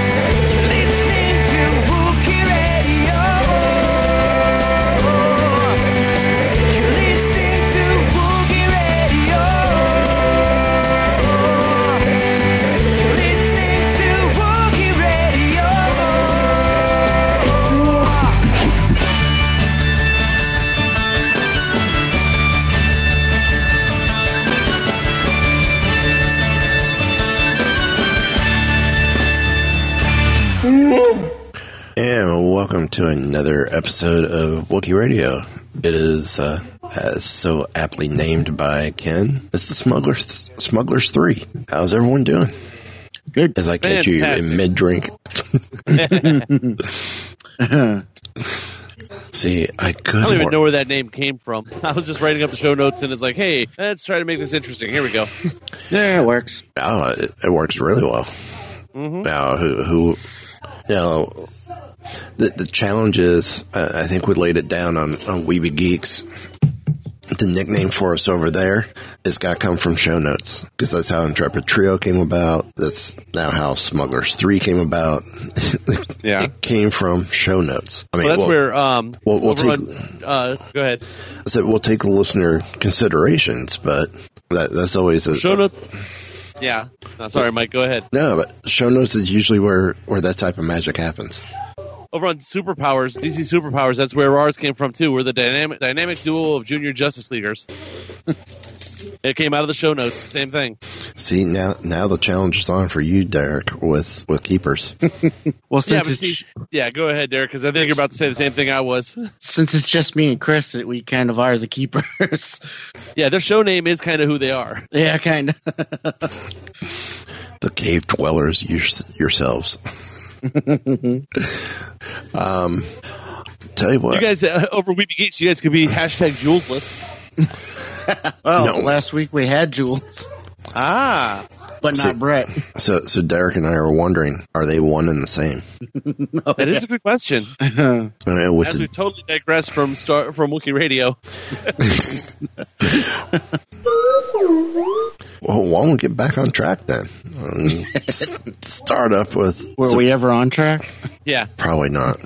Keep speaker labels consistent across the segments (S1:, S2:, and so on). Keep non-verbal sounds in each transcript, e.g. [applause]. S1: Listening to Wookiee Radio. You're listening to Wookiee Radio. You're listening to Wookiee Radio.
S2: And welcome to another episode of Wookiee Radio. It is uh, as so aptly named by Ken. It's the Smugglers Smugglers Three. How's everyone doing?
S3: Good.
S2: As I catch you in
S3: Fantastic.
S2: mid drink.
S3: [laughs]
S2: [laughs] See, I could.
S3: I don't even
S2: more-
S3: know where that name came from. [laughs] I was just writing up the show notes and it's like, hey, let's try to make this interesting. Here we go.
S4: Yeah, it works.
S2: Oh, it, it works really well.
S3: Mm-hmm.
S2: Now, who, who, you know, the, the challenge is, I, I think we laid it down on, on Weeby Geeks. The nickname for us over there is got to come from show notes because that's how Intrepid Trio came about. That's now how Smugglers 3 came about. [laughs]
S3: Yeah.
S2: It came from show notes. I mean,
S3: Well, that's
S2: well,
S3: where. Um,
S2: we'll- we'll
S3: over
S2: take-
S3: on- uh, go ahead.
S2: I said we'll take the listener considerations, but that, that's always a,
S3: Show notes. Yeah. No, sorry, Mike. Go ahead.
S2: No, but show notes is usually where, where that type of magic happens.
S3: Over on Superpowers, DC Superpowers, that's where ours came from, too. We're the dynamic, dynamic duo of junior Justice Leaguers. [laughs] it came out of the show notes. Same thing.
S2: See now, now the challenge is on for you, Derek, with with keepers.
S4: Well,
S3: Yeah,
S4: since
S3: but
S4: it's
S3: see, yeah, go ahead, Derek, because I think you're about to say the same thing I was. [laughs]
S4: since it's just me and Chris, that we kind of are the keepers. [laughs]
S3: yeah, their show name is kind of who they are.
S4: yeah, kind of. [laughs]
S2: the cave dwellers your, yourselves. um, tell you
S3: You
S2: what,
S3: guys, uh, over Weepy Geeks, you guys could be hashtag Julesless.
S2: No.
S4: Well, last week we had Jules,
S3: Ah.
S4: but
S2: See-
S4: not
S2: [laughs]
S4: Brett.
S2: so so Derek and I are wondering, are they one and the same?
S3: That is a good question.
S2: I don't know, with
S3: As we
S2: the,
S3: totally digress from Star from Wookiee Radio,
S2: well, why don't we get back on track then? Um, s- start up with
S4: Were we ever on track?
S3: yeah,
S2: probably not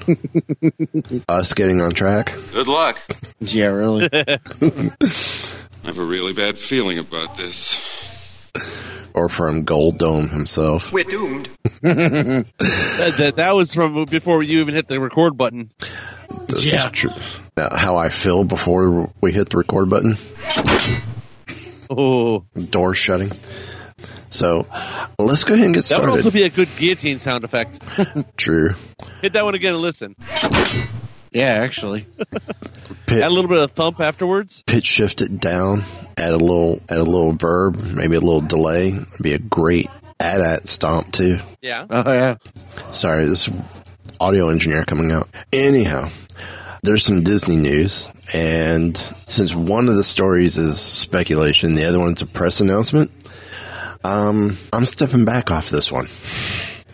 S2: us getting on track.
S5: Good luck.
S3: [laughs]
S4: Yeah, really.
S5: I have a really bad feeling about this.
S2: Or from Gold Dome himself.
S6: We're doomed.
S3: that, that, that was from before you even hit the record button.
S2: This
S4: Yeah.
S2: is true. Uh, how I feel before we hit the record button.
S3: Oh,
S2: door shutting. So let's go ahead and get
S3: that would also
S2: started.
S3: be a good guillotine sound effect.
S2: True.
S3: Hit that one again and listen.
S4: yeah, actually.
S2: Pit,
S3: Add a little bit of thump afterwards.
S2: pitch shift it down. Add a little. Add a little verb. Maybe a little delay. be a great add at stomp too.
S3: Yeah,
S4: Oh yeah.
S2: Sorry, this audio engineer coming out. Anyhow, there's some Disney news, and since one of the stories is speculation, the other one's a press announcement. Um, I'm stepping back off this one,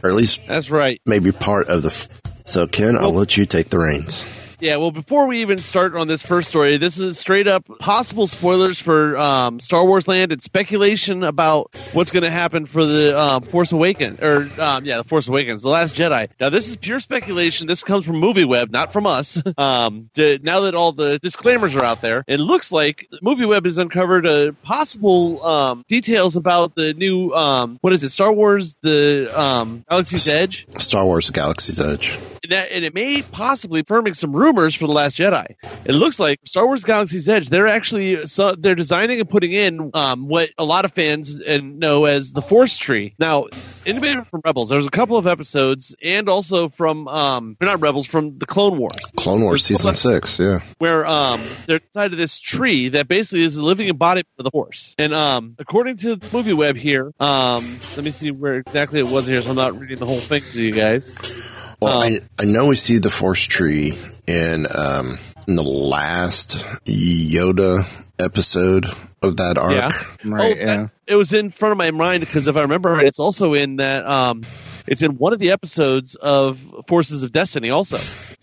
S2: or at least
S3: that's right.
S2: maybe part of the. F- so Ken, I'll let you take the reins.
S3: Yeah, well, before we even start on this first story, this is straight up possible spoilers for um, Star Wars Land and speculation about what's going to happen for the um, Force Awakens, or um, yeah, the Force Awakens, the Last Jedi. Now, this is pure speculation. This comes from MovieWeb, not from us. [laughs] Um, the, now that all the disclaimers are out there, it looks like MovieWeb has uncovered a possible um, details about the new um, what is it, Star Wars: The um, Galaxy's Edge.
S2: Star Wars: Galaxy's Edge.
S3: And, that, and it may possibly firming some rumors for the Last Jedi. It looks like Star Wars: Galaxy's Edge. They're actually so they're designing and putting in um, what a lot of fans and know as the Force tree. Now, anybody from Rebels, there was a couple of episodes, and also from um, they're not Rebels from the Clone Wars
S2: Clone Wars
S3: There's-
S2: season six. Yeah,
S3: where um they're inside of this tree that basically is a living embodiment of the horse. And um according to movie web here, um let me see where exactly it was here so I'm not reading the whole thing to you guys.
S2: well,
S3: Um,
S2: I, I know we see the Force tree in um, in the last Yoda episode of that arc.
S3: Yeah.
S4: Right,
S3: oh,
S4: yeah.
S3: that's- it was in front of my mind because if I remember right, it's also in that. Um, it's in one of the episodes of Forces of Destiny. Also,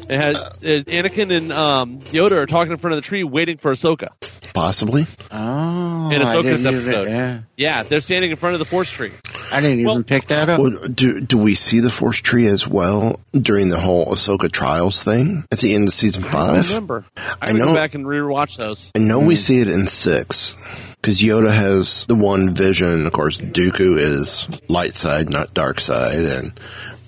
S3: it has it, Anakin and um, Yoda are talking in front of the tree, waiting for Ahsoka.
S2: Possibly.
S4: Oh,
S3: In
S4: I
S3: Ahsoka's
S4: didn't even,
S3: episode.
S4: yeah.
S3: Yeah, they're standing in front of the Force tree.
S4: I didn't even
S3: Well-
S4: pick that up.
S2: Well, do do we see the Force Tree as well during the whole Ahsoka Trials thing at the end of season
S3: I don't
S2: five?
S3: remember. I,
S2: I
S3: would
S2: know-
S3: go back and rewatch those.
S2: I know we see it in six because Yoda has the one vision. Of course, Dooku is light side, not dark side, and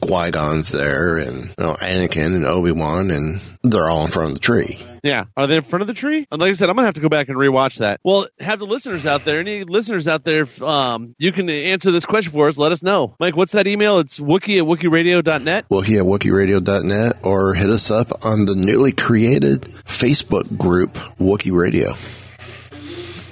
S2: Qui Gon's there, and you know, Anakin and Obi Wan, and they're all in front of the tree.
S3: Yeah. Are they in front of the tree? And like I said, I'm gonna have to go back and rewatch that. Well, have the listeners out there, any listeners out there, if, um, you can answer this question for us. Let us know. Mike, what's that email? It's wookie at wookieradio.net.
S2: Wookie at WookieRadio.net or hit us up on the newly created Facebook group Wookie Radio.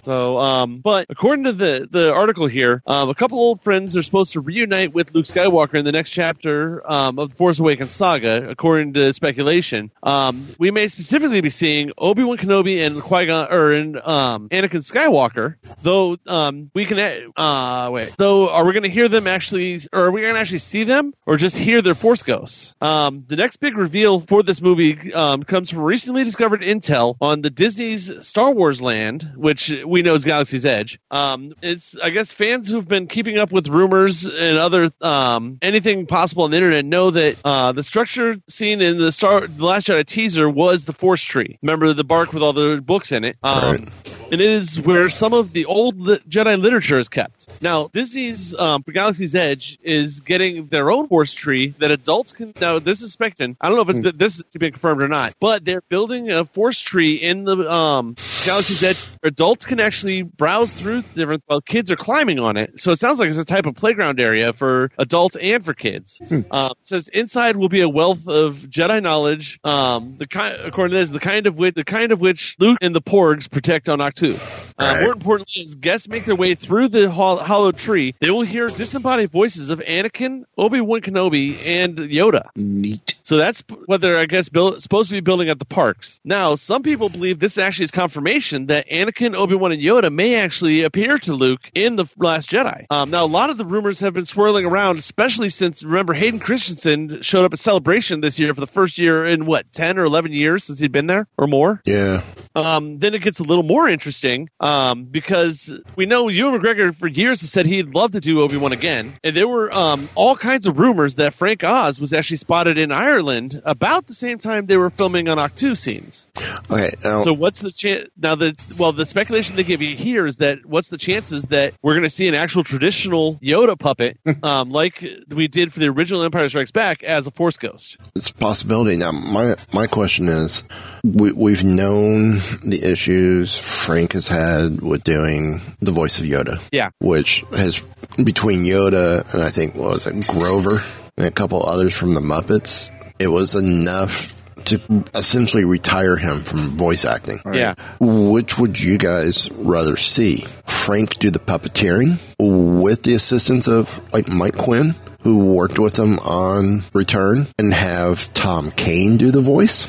S3: So, um, but according to the the article here, um, a couple old friends are supposed to reunite with Luke Skywalker in the next chapter um, of the Force Awakens saga, according to speculation. Um, we may specifically be seeing Obi Wan Kenobi and Qui Gon or and um, Anakin Skywalker, though um, we can. a- Uh, wait, though are we going to hear them actually, or are we going to actually see them, or just hear their Force ghosts? Um, the next big reveal for this movie um, comes from recently discovered intel on the Disney's Star Wars land, which we know is Galaxy's Edge. Um, it's, I guess, fans who've been keeping up with rumors and other um, anything possible on the internet know that uh, the structure seen in the Star the Last Jedi teaser was the Force Tree. Remember the bark with all the books in it. Um,
S2: Right.
S3: and it is where some of the old li- Jedi literature is kept. Now, Disney's um, Galaxy's Edge is getting their own horse tree that adults can. Now, this is speculating. I don't know if it's been, this has been confirmed or not, but they're building a force tree in the um, Galaxy's Edge. where Adults can actually browse through different while kids are climbing on it. So it sounds like it's a type of playground area for adults and for kids. Uh, it says inside will be a wealth of Jedi knowledge. Um, the kind, according to this, the kind of which the kind of which Luke and the Porgs protect on Octu. Uh,
S2: Right.
S3: More importantly, as guests make their way through the hol- hollow tree, they will hear disembodied voices of Anakin, Obi Wan Kenobi, and Yoda.
S4: Neat.
S3: So that's p- what they're, I guess, build, supposed to be building at the parks. Now, some people believe this actually is confirmation that Anakin, Obi Wan, and Yoda may actually appear to Luke in the Last Jedi. Um, now, a lot of the rumors have been swirling around, especially since remember Hayden Christensen showed up at Celebration this year for the first year in what ten or eleven years since he'd been there or more.
S2: Yeah.
S3: Um, then it gets a little more interesting um, because we know Ewan McGregor for years has said he'd love to do Obi Wan again, and there were um, all kinds of rumors that Frank Oz was actually spotted in Ireland about the same time they were filming on Octu scenes.
S2: Okay. Now,
S3: So what's the chance now? The well, the speculation they give you here is that what's the chances that we're going to see an actual traditional Yoda puppet, um, like we did for the original Empire Strikes Back, as a Force ghost?
S2: it's a possibility. Now, my my question is, we, we've known the issues Frank has had with doing the voice of Yoda.
S3: Yeah.
S2: which has between Yoda and I think what was it Grover and a couple others from the Muppets. It was enough to essentially retire him from voice acting.
S3: Yeah.
S2: Which would you guys rather see? Frank do the puppeteering with the assistance of like Mike Quinn, who worked with him on Return, and have Tom Kane do the voice,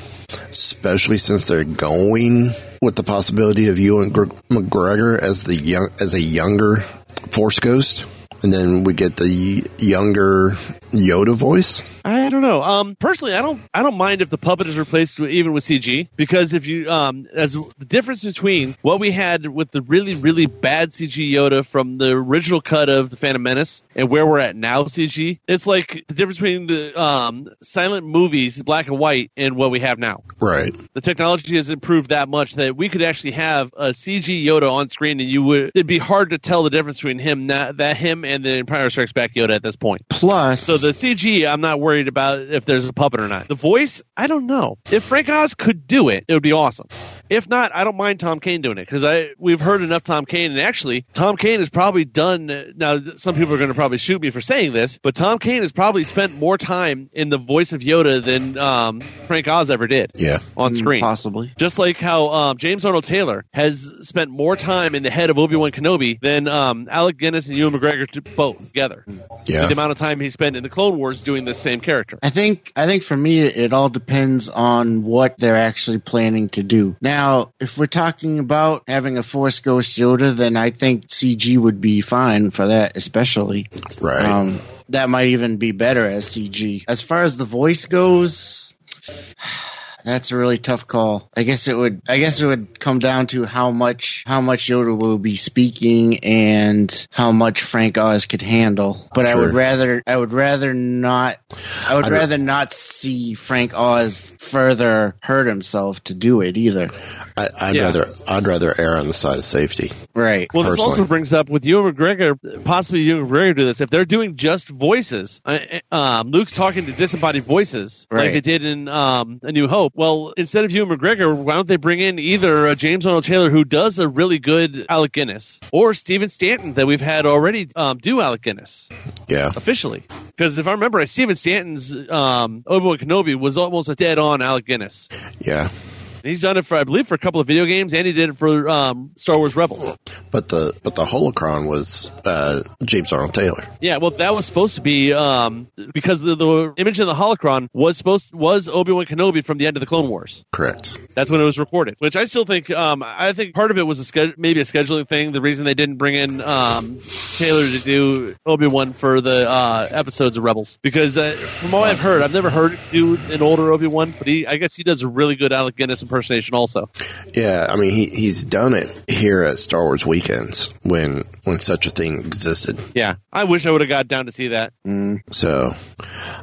S2: especially since they're going with the possibility of you and Gr- McGregor as the young as a younger Force Ghost, and then we get the younger Yoda voice.
S3: I don't know. Um, personally, I don't. I don't mind if the puppet is replaced with, even with CG because if you um, as the difference between what we had with the really really bad CG Yoda from the original cut of the Phantom Menace and where we're at now CG, it's like the difference between the um, silent movies, black and white, and what we have now.
S2: Right.
S3: The technology has improved that much that we could actually have a CG Yoda on screen, and you would it'd be hard to tell the difference between him that, that him and the Empire Strikes Back Yoda at this point.
S4: Plus,
S3: So the CG, I'm not worried about if there's a puppet or not. The voice, I don't know. If Frank Oz could do it, it would be awesome. If not, I don't mind Tom Kane doing it because I we've heard enough Tom Kane, and actually Tom Kane is probably done. Now some people are going to probably shoot me for saying this, but Tom Kane has probably spent more time in the voice of Yoda than um, Frank Oz ever did.
S2: Yeah.
S3: on
S4: Mm,
S3: screen.
S4: Possibly.
S3: Just like how um, James Arnold Taylor has spent more time in the head of Obi Wan Kenobi than um, Alec Guinness and Ewan McGregor t- both together. The
S2: Yeah.
S3: amount of time he spent in the Clone Wars doing the same character.
S4: I think I think for me it all depends on what they're actually planning to do. Now, if we're talking about having a Force Ghost Yoda, then I think CG would be fine for that, especially.
S2: Right.
S4: Um, that might even be better as CG. As far as the voice goes, [sighs] that's a really tough call. I guess it would. I guess it would come down to how much how much Yoda will be speaking and how much Frank Oz could handle. But I
S2: Sure.
S4: would rather. I would rather not. I would
S2: I don't-
S4: rather not see Frank Oz further hurt himself to do it either.
S2: I, I'd
S3: Yeah.
S2: rather I'd rather err on the side of safety.
S4: Right.
S3: Well, this
S2: Personally.
S3: also brings up with Ewan McGregor, possibly Ewan McGregor do this. If they're doing just voices, I- I- um, Luke's talking to disembodied voices like
S4: Right.
S3: they did in um, A New Hope. Well, instead of Ewan McGregor, why don't they bring in either uh, James Arnold Taylor, who does a really good Alec Guinness, or Steven Stanton that we've had already um, do Alec Guinness
S2: Yeah.
S3: officially? Because if I remember, right, Steven Stanton's um, Obi Wan Kenobi was almost a dead on Alec Guinness.
S2: Yeah.
S3: And he's done it for, I believe, for a couple of video games, and he did it for um, Star Wars Rebels.
S2: But the but the holocron was uh, James Arnold Taylor.
S3: Yeah, well, that was supposed to be um, because the, the image in the holocron was supposed was Obi Wan Kenobi from the end of the Clone Wars.
S2: Correct.
S3: That's when it was recorded, which I still think um, I think part of it was a sched- maybe a scheduling thing. The reason they didn't bring in um, Taylor to do Obi Wan for the uh, episodes of Rebels because uh, from all I've heard, I've never heard him do an older Obi Wan, but he I guess he does a really good Alec Guinness impersonation also.
S2: Yeah, I mean he he's done it here at Star Wars weekends when when such a thing existed.
S3: Yeah, I wish I would have got down to see that,
S2: So,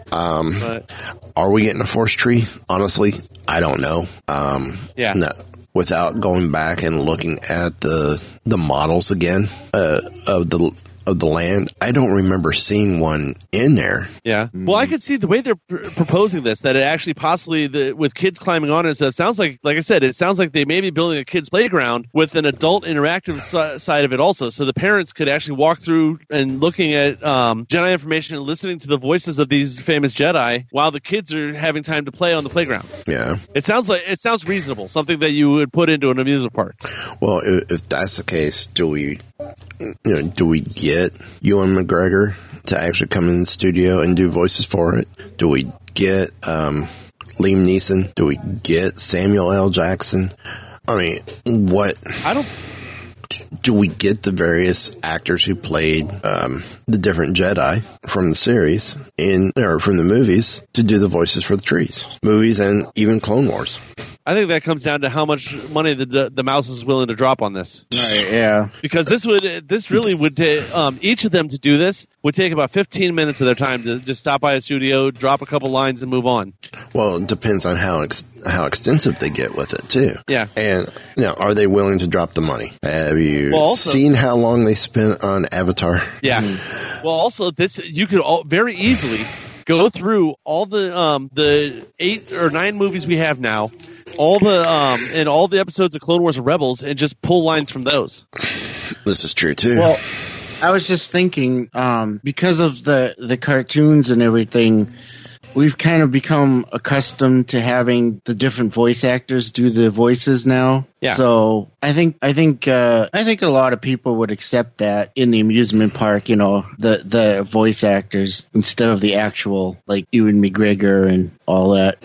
S3: but
S2: are we getting a force tree? Honestly, I don't know. Um,
S3: Yeah.
S2: no. Without going back and looking at the the models again uh, of the of the land, I don't remember seeing one in there.
S3: Yeah. Well, I could see the way they're pr- proposing this that it actually possibly the, with kids climbing on and stuff it sounds like like I said it sounds like they may be building a kids playground with an adult interactive si- side of it also so the parents could actually walk through and looking at um, Jedi information and listening to the voices of these famous Jedi while the kids are having time to play on the playground.
S2: Yeah.
S3: It sounds like it sounds reasonable, something that you would put into an amusement park.
S2: Well, if, if that's the case, do we, you know, do we get Ewan McGregor to actually come in the studio and do voices for it? Do we get um, Liam Neeson? Do we get Samuel L. Jackson? I mean, what
S3: I don't
S2: do we get the various actors who played um, the different Jedi from the series in or from the movies to do the voices for the trees, movies, and even Clone Wars?
S3: I think that comes down to how much money the the, the mouse is willing to drop on this.
S4: Right. Yeah.
S3: because this would this really would ta- um, each of them to do this would take about 15 minutes of their time to just stop by a studio drop a couple lines and move on
S2: Well, it depends on how ex- how extensive they get with it too.
S3: Yeah.
S2: And now, are they willing to drop the money? Have you
S3: Well, also-
S2: seen how long they spent on Avatar?
S3: yeah well also this you could all very easily go through all the um the eight or nine movies we have now all the um and all the episodes of clone wars and rebels and just pull lines from those
S2: This is true too.
S4: Well, I was just thinking um, because of the the cartoons and everything, we've kind of become accustomed to having the different voice actors do the voices now.
S3: Yeah.
S4: So I think I think uh, I think a lot of people would accept that in the amusement park. You know, the the voice actors instead of the actual like Ewan McGregor and all that.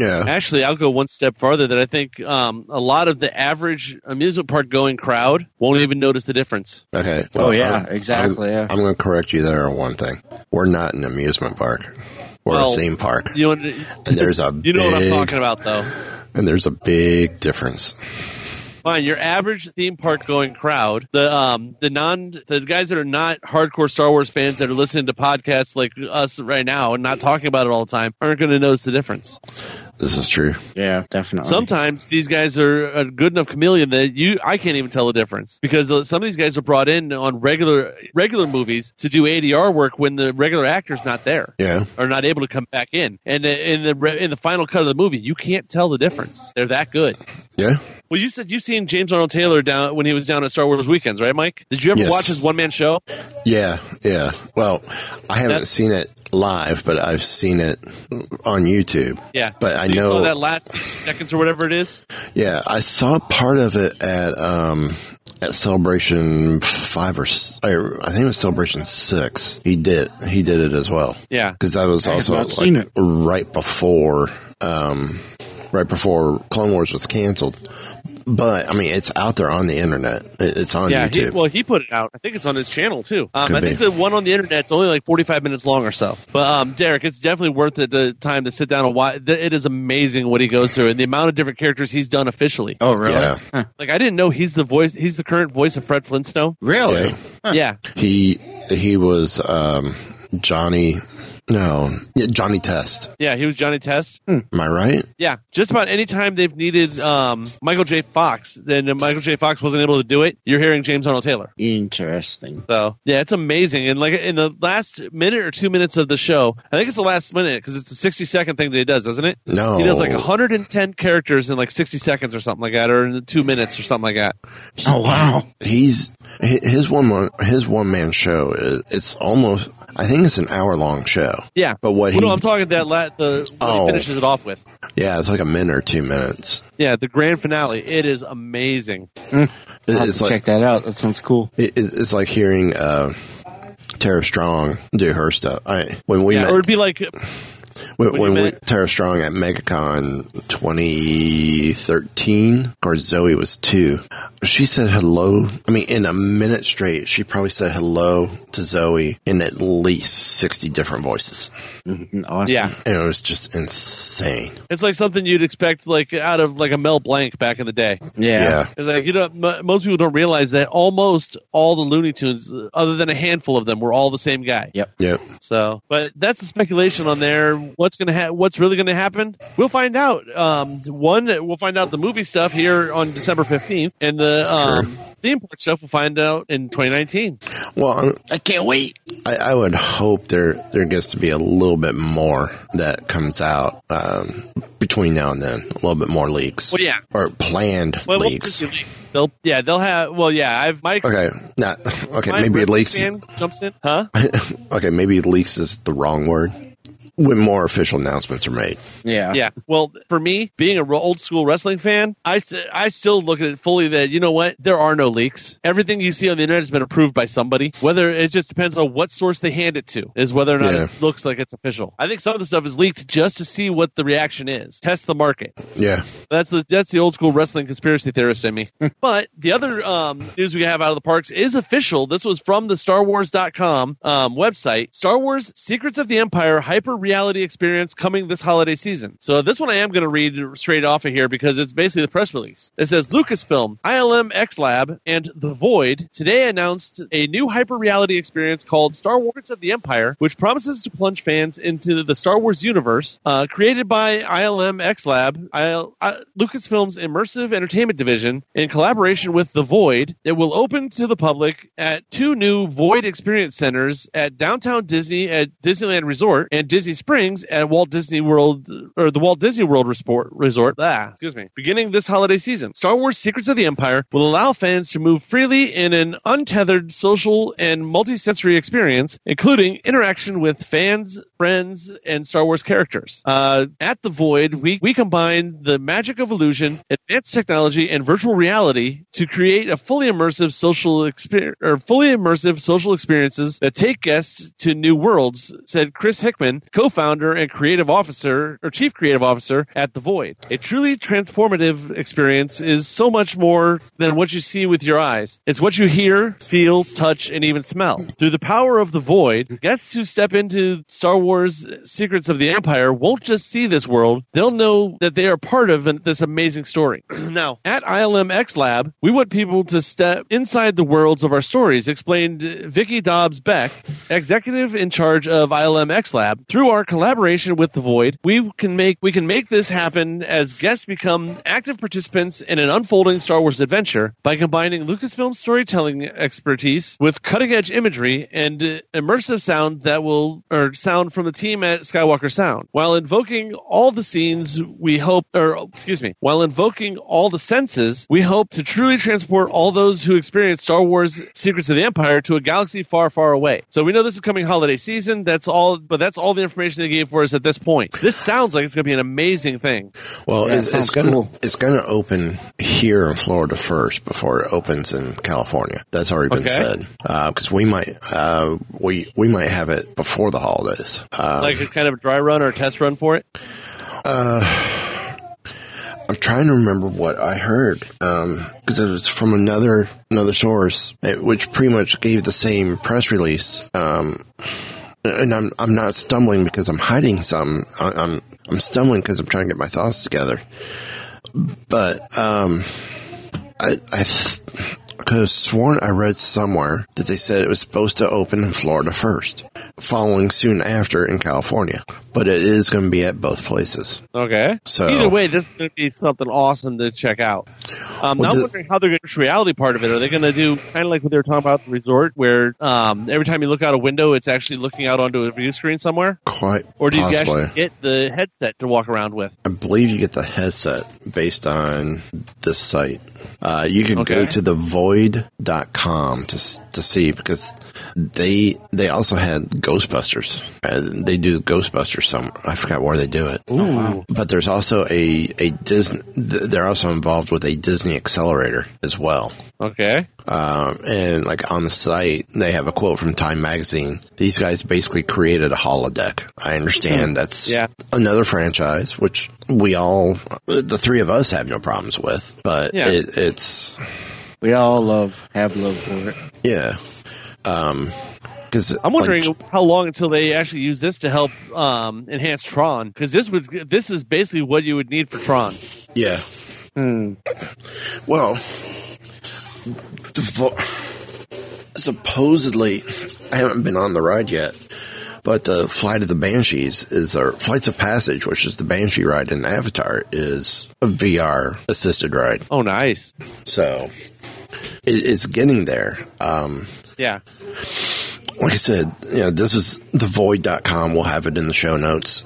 S2: yeah.
S3: Actually, I'll go one step farther that I think um, a lot of the average amusement park going crowd won't even notice the difference.
S2: Okay.
S4: oh yeah,
S2: I'm,
S4: exactly. yeah.
S2: I'm going to correct you there on one thing. We're not an amusement park. We're
S3: Well,
S2: a theme park.
S3: You know,
S2: and there's a
S3: you know what I'm
S2: big-
S3: talking about, though.
S2: And there's a big difference.
S3: Fine, your average theme park going crowd, the um, the non, the guys that are not hardcore Star Wars fans that are listening to podcasts like us right now and not talking about it all the time, aren't going to notice the difference.
S2: This is true.
S4: Yeah, definitely.
S3: Sometimes these guys are a good enough chameleon that you I can't even tell the difference because uh, some of these guys are brought in on regular regular movies to do ADR work when the regular actor's not there
S2: Yeah.
S3: or not able to come back in. And uh, in the re- in the final cut of the movie, you can't tell the difference. They're that good.
S2: Yeah.
S3: Well, you said you've seen James Arnold Taylor down when he was down at Star Wars weekends, right, Mike? Did you ever
S2: Yes.
S3: watch his one man show?
S2: Yeah. Yeah. Well, I haven't
S3: That-
S2: seen it live, but I've seen it on YouTube.
S3: Yeah,
S2: But I
S3: So you
S2: know-
S3: saw that last sixty seconds or whatever it is.
S2: Yeah, I saw part of it at um at celebration five or, s- or I think it was celebration six. He did he did it as well.
S3: Yeah.
S2: because I was
S4: have
S2: also
S4: not
S2: like,
S4: seen it.
S2: right before um right before Clone Wars was canceled. But I mean, it's out there on the internet. It- It's on
S3: Yeah, he,
S2: YouTube.
S3: well, he put it out. I think it's on his channel too. Um,
S2: Could
S3: I think
S2: be.
S3: the one on the internet's only like forty-five minutes long or so. But um, Derek, it's definitely worth it the time to sit down and watch. th- It is amazing what he goes through and the amount of different characters he's done officially.
S4: oh, really?
S2: Yeah.
S4: Huh.
S3: Like I didn't know he's the voice. He's the current voice of Fred Flintstone.
S4: Really?
S2: Yeah.
S3: Oh, Yeah,
S2: he he was um Johnny. No, yeah, Johnny Test.
S3: yeah, he was Johnny Test.
S2: Am I right?
S3: Yeah, just about any time they've needed um, Michael J. Fox, then Michael J. Fox wasn't able to do it. You're hearing James Arnold Taylor.
S4: Interesting.
S3: So yeah, it's amazing. And like in the last minute or two minutes of the show, I think it's the last minute because it's the sixty second thing that he does, doesn't it?
S2: No.
S3: He does like 110 characters in like 60 seconds or something like that, or in two minutes or something like that.
S4: Oh, wow.
S2: he's hi- his one man his one man show. i- It's almost I think it's an hour long show.
S3: Yeah,
S2: But what
S3: Well,
S2: he
S3: no, I'm talking that la- the what
S2: Oh.
S3: he finishes it off with.
S2: yeah, it's like a minute or two minutes.
S3: Yeah, the grand finale. It is amazing.
S2: It-
S4: I'll have
S2: it's
S4: to
S2: like
S4: check that out. That sounds cool.
S2: it- it's it's like hearing uh, Tara Strong do her stuff. I when we
S3: Yeah,
S2: met
S3: or it'd be like
S2: when,
S3: when you
S2: when we,
S3: met-
S2: Tara Strong at MegaCon 2013, or Zoe was two. She said hello. I mean, in a minute straight, she probably said hello to Zoe in at least 60 different voices.
S4: Awesome.
S3: yeah,
S2: and it was just insane.
S3: it's like something you'd expect like out of like a Mel Blanc back in the day.
S4: Yeah.
S2: Yeah,
S3: It's like you know m- most people don't realize that almost all the Looney Tunes, uh, other than a handful of them, were all the same guy.
S4: Yep.
S2: yep.
S3: So, but that's the speculation on there. What's gonna ha- What's really gonna happen? We'll find out. Um, one, we'll find out the movie stuff here on December fifteenth, and the um, theme park stuff we'll find out in 2019.
S2: Well,
S4: I can't wait.
S2: I, I would hope there there gets to be a little bit more that comes out um, between now and then. A little bit more leaks.
S3: Well, yeah.
S2: or planned
S3: Well, it won't
S2: leaks.
S3: just be leaks. They'll, yeah, they'll have. Well, yeah, I've Mike.
S2: Okay, not okay.
S3: Mike
S2: maybe
S3: Wrestling
S2: leaks.
S3: fan jumps in, huh?
S2: [laughs] okay, maybe leaks is the wrong word. When more official announcements are made,
S4: Yeah.
S3: Yeah. Well, for me, being an old school wrestling fan, I, s- I still look at it fully that, you know what? There are no leaks. Everything you see on the internet has been approved by somebody. Whether it just depends on what source they hand it to, is whether or not
S2: Yeah.
S3: it looks like it's official. I think some of the stuff is leaked just to see what the reaction is, test the market.
S2: yeah,
S3: That's the that's the old school wrestling conspiracy theorist in me. but the other um, news we have out of the parks is official. This was from the Star Wars.com um, website. Star Wars Secrets of the Empire Hyper Reality Experience coming this holiday season. So this one I am going to read straight off of here because it's basically the press release. It says Lucasfilm, ILM X Lab, and The Void today announced a new hyper reality experience called Star Wars of the Empire, which promises to plunge fans into the Star Wars universe, uh, created by ILM X Lab, IL, uh, Lucasfilm's immersive entertainment division, in collaboration with The Void. It will open to the public at two new Void Experience Centers at Downtown Disney at Disneyland Resort and Disney Springs at Walt Disney World or the Walt Disney World Resort. Resort. Ah, excuse me. Beginning this holiday season, Star Wars: Secrets of the Empire will allow fans to move freely in an untethered social and multisensory experience, including interaction with fans, friends, and Star Wars characters. Uh, at the Void, we we combine the magic of illusion, advanced technology, and virtual reality to create a fully immersive social experience or fully immersive social experiences that take guests to new worlds, said Chris Hickman, co-founder and creative officer or chief creative officer at The Void. A truly transformative experience is so much more than what you see with your eyes. It's what you hear, feel, touch, and even smell. Through the power of The Void, guests who step into Star Wars Wars Secrets of the Empire won't just see this world, they'll know that they are part of an- this amazing story. [clears throat] now, at ILM X Lab, we want people to step inside the worlds of our stories, explained Vicki Dobbs Beck, executive in charge of ILM X Lab. Through our collaboration with The Void, we can make we can make this happen as guests become active participants in an unfolding Star Wars adventure by combining Lucasfilm storytelling expertise with cutting edge imagery and uh, immersive sound that will or sound from the team at Skywalker Sound while invoking all the scenes we hope or excuse me while invoking all the senses we hope to truly transport all those who experience Star Wars Secrets of the Empire to a galaxy far far away so we know this is coming holiday season that's all but that's all the information they gave for us at this point this sounds like it's going to be an amazing thing
S2: Well, it's, it's
S4: sounds
S2: gonna
S4: cool.
S2: it's gonna open here in Florida first before it opens in California. That's already been
S3: Okay.
S2: said because we might uh, we we might have it before the holidays. Uh,
S3: like a kind of a dry run or a test run for it
S2: I'm trying to remember what I heard because it was from another another source, eh, which pretty much gave the same press release. Um, and I'm I'm not stumbling because I'm hiding some. I, I'm I'm stumbling because I'm trying to get my thoughts together. But um, I I. Th- I could have sworn I read somewhere that they said it was supposed to open in Florida first, following soon after in California. But it is going to be at both places.
S3: Okay.
S2: So-
S3: either way, this is going to be something awesome to check out. Um,
S2: Well,
S3: now I'm
S2: the-
S3: wondering how they're going to reality part of it. Are they going to do kind of like what they were talking about at the resort, where um, every time you look out a window, it's actually looking out onto a view screen somewhere,
S2: Quite
S3: or do you
S2: possibly.
S3: actually get the headset to walk around with?
S2: I believe you get the headset based on this site. Uh, you can go
S3: Okay.
S2: to the void.com to, s- to see because they they also had Ghostbusters. Uh, they do Ghostbusters some I forgot where they do it. But there's also a a Disney they're also involved with a Disney accelerator as well.
S3: Okay.
S2: Um, and like on the site, they have a quote from Time Magazine. These guys basically created a holodeck. I understand that's
S3: Hmm. Yeah.
S2: another franchise, which we all, the three of us, have no problems with. But
S3: Yeah.
S2: it, it's
S4: We all love have love for it.
S2: yeah, um, because
S3: I'm wondering how long until they actually use this to help um, enhance Tron, because this would this is basically what you would need for Tron.
S2: yeah. Well, the vo- supposedly, I haven't been on the ride yet, but the Flight of the Banshees is, or Flights of Passage, which is the Banshee ride in Avatar, is a VR assisted ride.
S3: Oh, nice.
S2: So it, it's getting there. Um,
S3: Yeah.
S2: like I said, you know, this is thevoid.com. We'll have it in the show notes.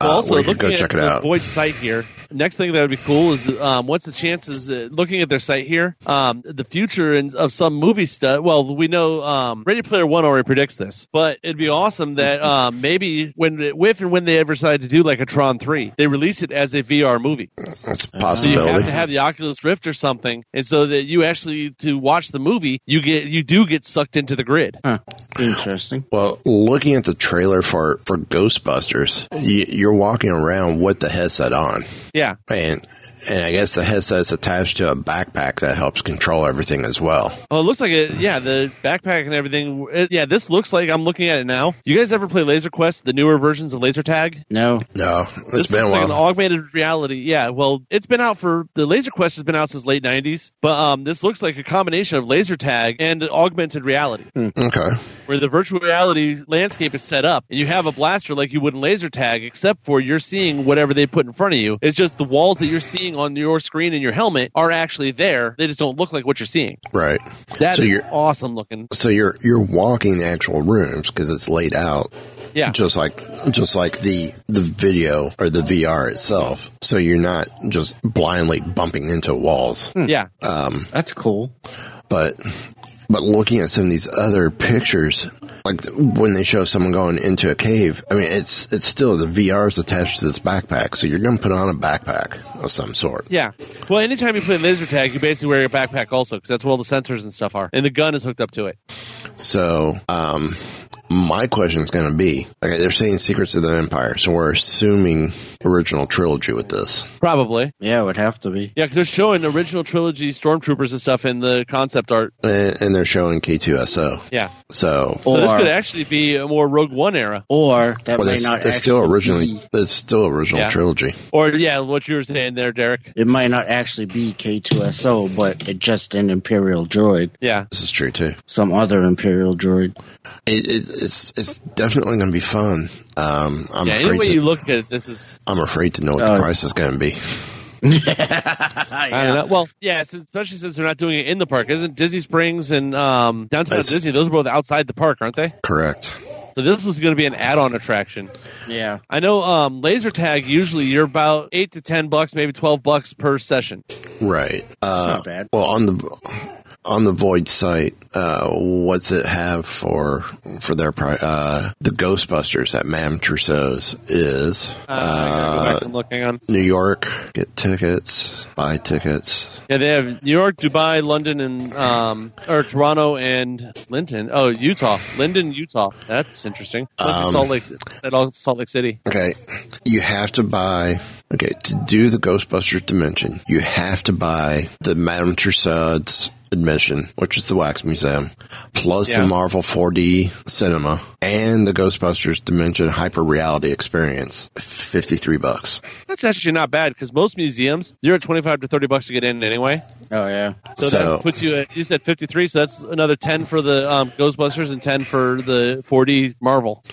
S3: Well,
S2: Uh,
S3: also,
S2: where you
S3: looking
S2: can go
S3: at
S2: check it
S3: the
S2: out.
S3: Void site here. Next thing that would be cool is um, what's the chances? Uh, looking at their site here, um, the future in, of some movie stuff. Well, we know um, Ready Player One already predicts this, but it'd be
S2: [laughs]
S3: awesome that um, maybe when if and when they ever decide to do like a Tron Three, they release it as a VR movie.
S2: That's a
S3: So Uh, you have
S2: possibility.
S3: to have the Oculus Rift or something, and so that you actually to watch the movie, you get you do get sucked into the grid.
S4: Huh. Interesting.
S2: Well, looking at the trailer for, for Ghostbusters, y- you're walking around with the headset on,
S3: Yeah.
S2: and and I guess the headset's attached to a backpack that helps control everything as well.
S3: Oh, it looks like it. Yeah, the backpack and everything. It- yeah, this looks like I'm looking at it now. You guys ever play Laser Quest? The newer versions of Laser Tag.
S4: No.
S2: No,
S3: This
S2: it's been a
S3: looks like
S2: while.
S3: an augmented reality. Yeah, well, it's been out for the Laser Quest has been out since late '90s, but um, this looks like a combination of Laser Tag and augmented reality,
S2: Hmm. okay,
S3: where the virtual reality landscape is set up, and you have a blaster like you would in Laser Tag, except for you're seeing whatever they put in front of you. It's just the walls that you're seeing on your screen and your helmet are actually there. They just don't look like what you're seeing.
S2: right.
S3: That's
S2: so you're
S3: awesome looking.
S2: so you're you're walking the actual rooms because it's laid out
S3: Yeah.
S2: just like just like the the video or the VR itself. So you're not just blindly bumping into walls.
S3: Yeah.
S4: That's cool.
S2: but but looking at some of these other pictures like th- when they show someone going into a cave i mean it's it's still the vr is attached to this backpack so you're going to put on a backpack of some sort
S3: Yeah. Well, anytime you play laser tag, you basically wear your backpack also because that's where all the sensors and stuff are, and the gun is hooked up to it.
S2: so um my question is going to be like they're saying secrets of the empire so we're assuming original trilogy with this.
S3: Probably.
S4: Yeah, it would have to be.
S3: Yeah, because they're showing original trilogy stormtroopers and stuff in the concept art.
S2: And, and they're showing K2SO.
S3: Yeah.
S2: So,
S3: So this
S4: Or-
S3: could actually be a more Rogue One era,
S4: Or that
S2: well,
S4: may
S2: it's,
S4: not.
S2: it's still
S4: actually
S2: originally,
S4: be-
S2: it's still original
S3: Yeah.
S2: trilogy.
S3: or yeah, what you were saying there, Derek.
S4: It might not actually be K2SO, but it just an Imperial droid,
S3: Yeah,
S2: This is true too.
S4: some other Imperial droid.
S2: It, it, it's it's definitely going to be fun. Um, I'm
S3: yeah. Any
S2: afraid
S3: way
S2: to,
S3: you Oh. look at it, this is
S2: I'm afraid to know what the
S4: Uh,
S2: price is going to be.
S3: I don't know. Well, yeah, since, especially since they're not doing it in the park. Isn't Disney Springs and um, Downtown
S2: That's-
S3: Disney? Those are both outside the park, aren't they?
S2: Correct.
S3: So this is going to be an add-on attraction.
S4: Yeah.
S3: I know um, laser tag. Usually, you're about eight to ten bucks, maybe twelve bucks per session.
S2: Right. Uh,
S4: Not bad.
S2: Well, on the on the Void site, uh, what's it have for for their pri- uh, the Ghostbusters at Mam Trousseau's is
S3: Uh, I gotta go
S2: uh,
S3: back and look. Hang on.
S2: New York. Get tickets. Buy tickets.
S3: Yeah, they have New York, Dubai, London, and um, or Toronto and Linton. Oh, Utah, Linden, Utah. That's interesting. Linton,
S2: Um,
S3: Salt Lake, at all Salt Lake City.
S2: Okay, you have to buy. Okay, to do the Ghostbusters dimension, you have to buy the Madame Tussauds admission, which is the Wax Museum, plus
S3: Yeah.
S2: the Marvel 4D cinema and the Ghostbusters dimension hyper reality experience. Fifty three bucks.
S3: That's actually not bad because most museums you're at twenty five to thirty bucks to get in anyway.
S4: Oh, yeah.
S3: So,
S2: So-
S3: that puts you at you said fifty three. So that's another ten for the um, Ghostbusters and ten for the forty Marvel.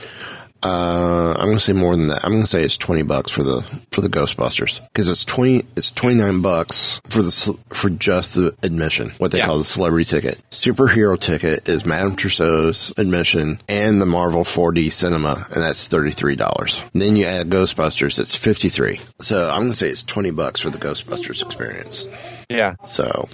S2: Uh, I'm gonna say more than that. I'm gonna say it's twenty bucks for the for the Ghostbusters because it's twenty it's twenty nine bucks for the ce- for just the admission, what they
S3: Yeah.
S2: call the celebrity ticket. Superhero ticket is Madame Tussauds admission and the Marvel 4D cinema, and that's thirty three dollars. Then you add Ghostbusters, it's fifty three. So I'm gonna say it's twenty bucks for the Ghostbusters experience.
S3: Yeah,
S2: So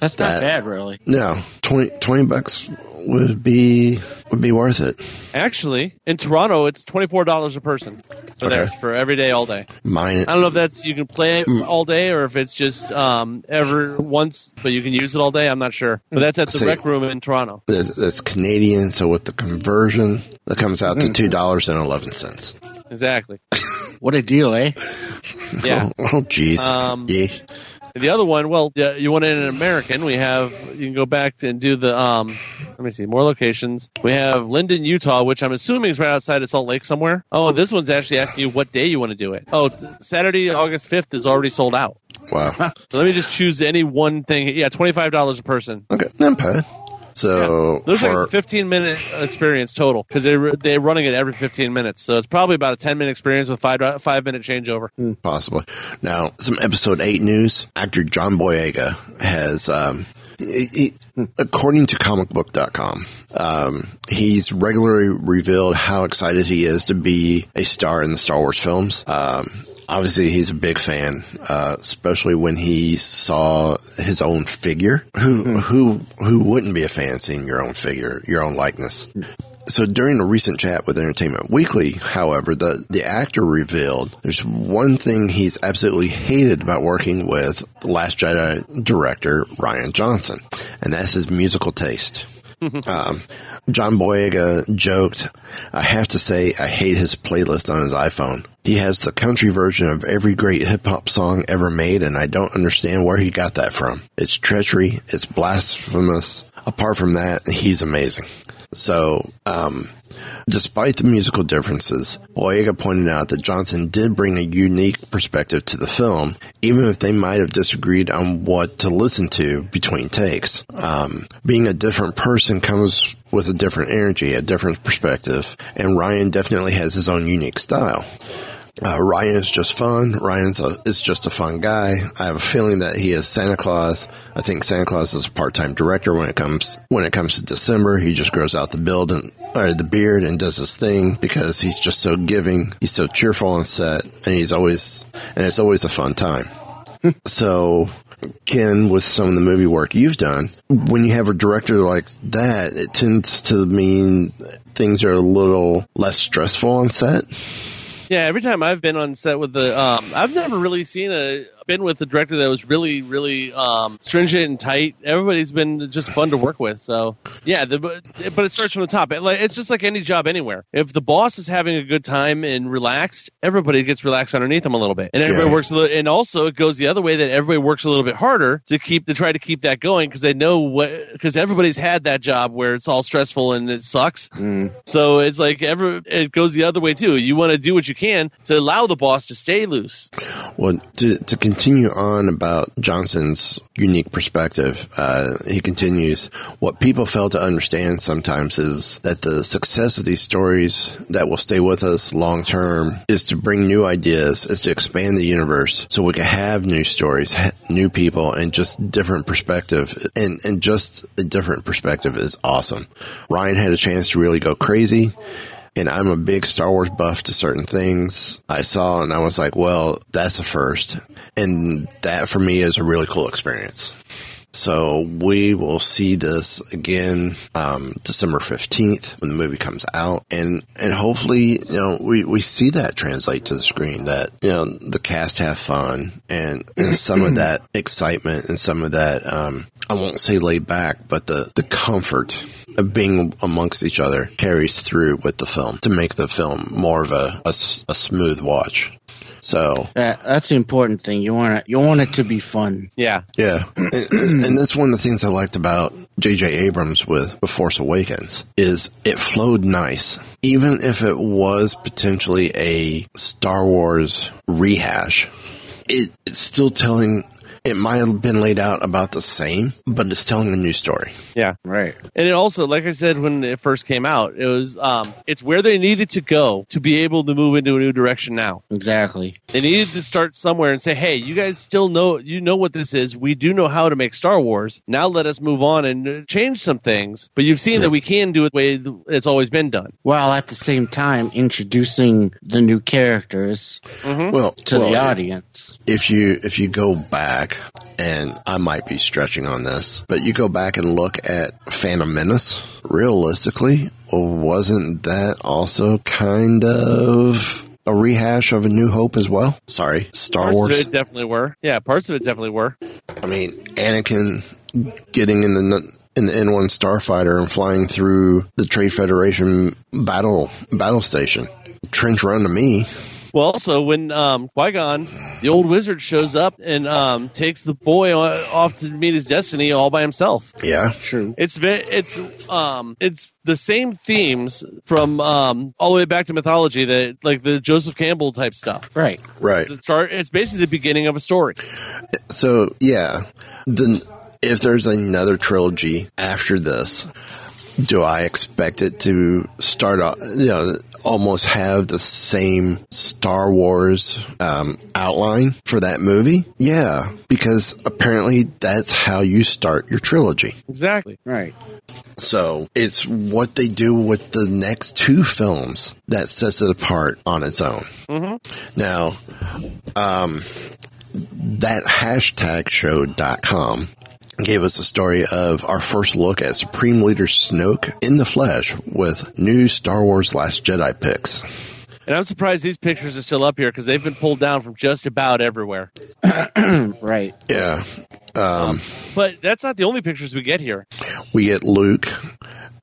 S4: That's not
S2: That-
S4: bad, really.
S2: no, 20, 20 bucks would be would be worth it.
S3: actually in Toronto it's twenty four dollars a person
S2: Okay.
S3: for
S2: Mm.
S3: there for every day, all day.
S2: Mine
S3: I don't know if that's you can play it all day or if it's just um, ever once, but you can use it all day. I'm not sure. But that's at the
S2: See.
S3: rec room in Toronto.
S2: that's, that's Canadian. So with the conversion, that comes out
S3: Hmm.
S2: to two dollars and eleven cents. [laughs]
S3: Exactly.
S4: What a deal, eh?
S3: Yeah.
S2: Oh, oh, jeez.
S3: Um,
S2: yeah.
S3: And the other one, well, yeah, you want an American? We have you can go back and do the. Um, let me see more locations. We have Linden, Utah, which I'm assuming is right outside of Salt Lake somewhere. Oh, this one's actually asking you what day you want to do it. Oh, t- Saturday, August 5th is already sold out.
S2: Wow.
S3: So let me just choose any one thing. Yeah, twenty five dollars a person.
S2: Okay. Not bad. So
S3: Looks like
S2: for
S3: it's a 15 minute experience total because they they're running it every 15 minutes, so it's probably about a 10 minute experience with five five minute changeover.
S2: possibly now some episode eight news. Actor John Boyega has. Um, he- he- according to comicbook.com, um, he's regularly revealed how excited he is to be a star in the Star Wars films. Um, obviously he's a big fan, uh, especially when he saw his own figure. Who who who wouldn't be a fan seeing your own figure, your own likeness? So during a recent chat with Entertainment Weekly, however, the, the actor revealed there's one thing he's absolutely hated about working with The Last Jedi director Ryan Johnson, and that's his musical taste. Um, John Boyega joked, I have to say, I hate his playlist on his iPhone. He has the country version of every great hip hop song ever made, and I don't understand where he got that from. It's treachery, it's blasphemous. Apart from that, he's amazing. So, um, Despite the musical differences, Boyega pointed out that Johnson did bring a unique perspective to the film, even if they might have disagreed on what to listen to between takes. Um, being a different person comes with a different energy, a different perspective, and Ryan definitely has his own unique style. Uh, Ryan is just fun. Ryan's a, is just a fun guy. I have a feeling that he is Santa Claus. I think Santa Claus is a part-time director when it comes when it comes to December. He just grows out the build and or the beard and does his thing because he's just so giving. He's so cheerful on set, and he's always and it's always a fun time. So, Ken, with some of the movie work you've done, when you have a director like that, it tends to mean things are a little less stressful on set.
S3: Yeah, every time I've been on set with the, um, I've never really seen a been with a director that was really, really um, stringent and tight. Everybody's been just fun to work with. So yeah, the, but but it starts from the top. It, like, it's just like any job anywhere. If the boss is having a good time and relaxed, everybody gets relaxed underneath them a little bit, and everybody
S2: Yeah.
S3: works a little. And also, it goes the other way that everybody works a little bit harder to keep to try to keep that going because they know what because everybody's had that job where it's all stressful and it sucks. So it's like every it goes the other way too. You want to do what you can to allow the boss to stay loose.
S2: Well, to, to continue on about Johnson's unique perspective, uh, he continues, what people fail to understand sometimes is that the success of these stories that will stay with us long term is to bring new ideas, is to expand the universe so we can have new stories, ha- new people, and just different perspective. And, and just a different perspective is awesome. Ryan had a chance to really go crazy and I'm a big Star Wars buff to certain things I saw, and I was like, well, that's a first. And that for me is a really cool experience. So we will see this again um, December fifteenth when the movie comes out, and and hopefully you know we, we see that translate to the screen that you know the cast have fun and, and some of that excitement and some of that um, I won't say laid back, but the the comfort of being amongst each other carries through with the film to make the film more of a a s a a smooth watch. So
S4: That, that's the important thing. You want it, you want it to be fun.
S3: Yeah.
S2: yeah, and, and and that's one of the things I liked about J.J. Abrams with, with Force Awakens is it flowed nice, even if it was potentially a Star Wars rehash. It, it's still telling. It might have been laid out about the same, but it's telling a new story.
S3: Yeah.
S4: Right.
S3: And it also, like I said when it first came out, it was um, it's where they needed to go to be able to move into a new direction. Now
S4: Exactly.
S3: they needed to start somewhere and say, "Hey, you guys still know you know what this is. We do know how to make Star Wars. Now let us move on and uh, change some things." But you've seen that we can do it the way th- it's always been done.
S4: While at the same time introducing the new characters
S2: Well,
S4: to
S2: well,
S4: the audience.
S2: if you if you go back and I might be stretching on this, but you go back and look at Phantom Menace, realistically, wasn't that also kind of a rehash of A New Hope as well? Sorry, Star
S3: Parts
S2: Wars.
S3: of it definitely were. Yeah, parts of it definitely were.
S2: I mean, Anakin getting in the in the N1 starfighter and flying through the Trade Federation battle battle station. Trench run to me.
S3: Well, also when um, Qui Gon, the old wizard, shows up and um, takes the boy o- off to meet his destiny all by himself.
S2: Yeah.
S4: True.
S3: It's ve- it's um it's the same themes from um all the way back to mythology that like the Joseph Campbell type stuff.
S4: Right.
S2: Right.
S3: It's, the start, it's basically the beginning of a story.
S2: So yeah, then if there's another trilogy after this, do I expect it to start off? You know, almost have the same Star Wars um, outline for that movie? Yeah, because apparently that's how you start your trilogy.
S3: Exactly.
S4: Right.
S2: So it's what they do with the next two films that sets it apart on its own. Now, um, that hashtag show.com gave us a story of our first look at Supreme Leader Snoke in the flesh with new Star Wars Last Jedi picks.
S3: And I'm surprised these pictures are still up here because they've been pulled down from just about everywhere.
S4: Right.
S2: Yeah,
S3: But that's not the only pictures we get here.
S2: we get Luke,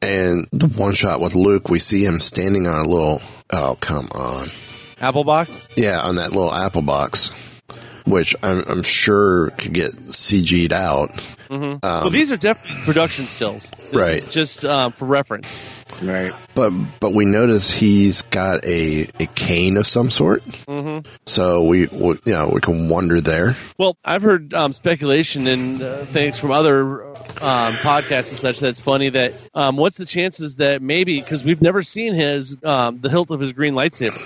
S2: and the one shot with Luke, we see him standing on a little. Oh, come on.
S3: Apple box.
S2: Yeah, on that little Apple box, which I'm, I'm sure could get CG'd out.
S3: well, these are definitely production stills. This
S2: Right.
S3: is Just um, for reference.
S4: Right.
S2: But but we notice he's got a, a cane of some sort. Mm-hmm. So we, we you know we can wonder there.
S3: Well, I've heard um, speculation and uh, things from other um, podcasts and such that's funny that um, what's the chances that maybe because we've never seen his um, the hilt of his green lightsaber.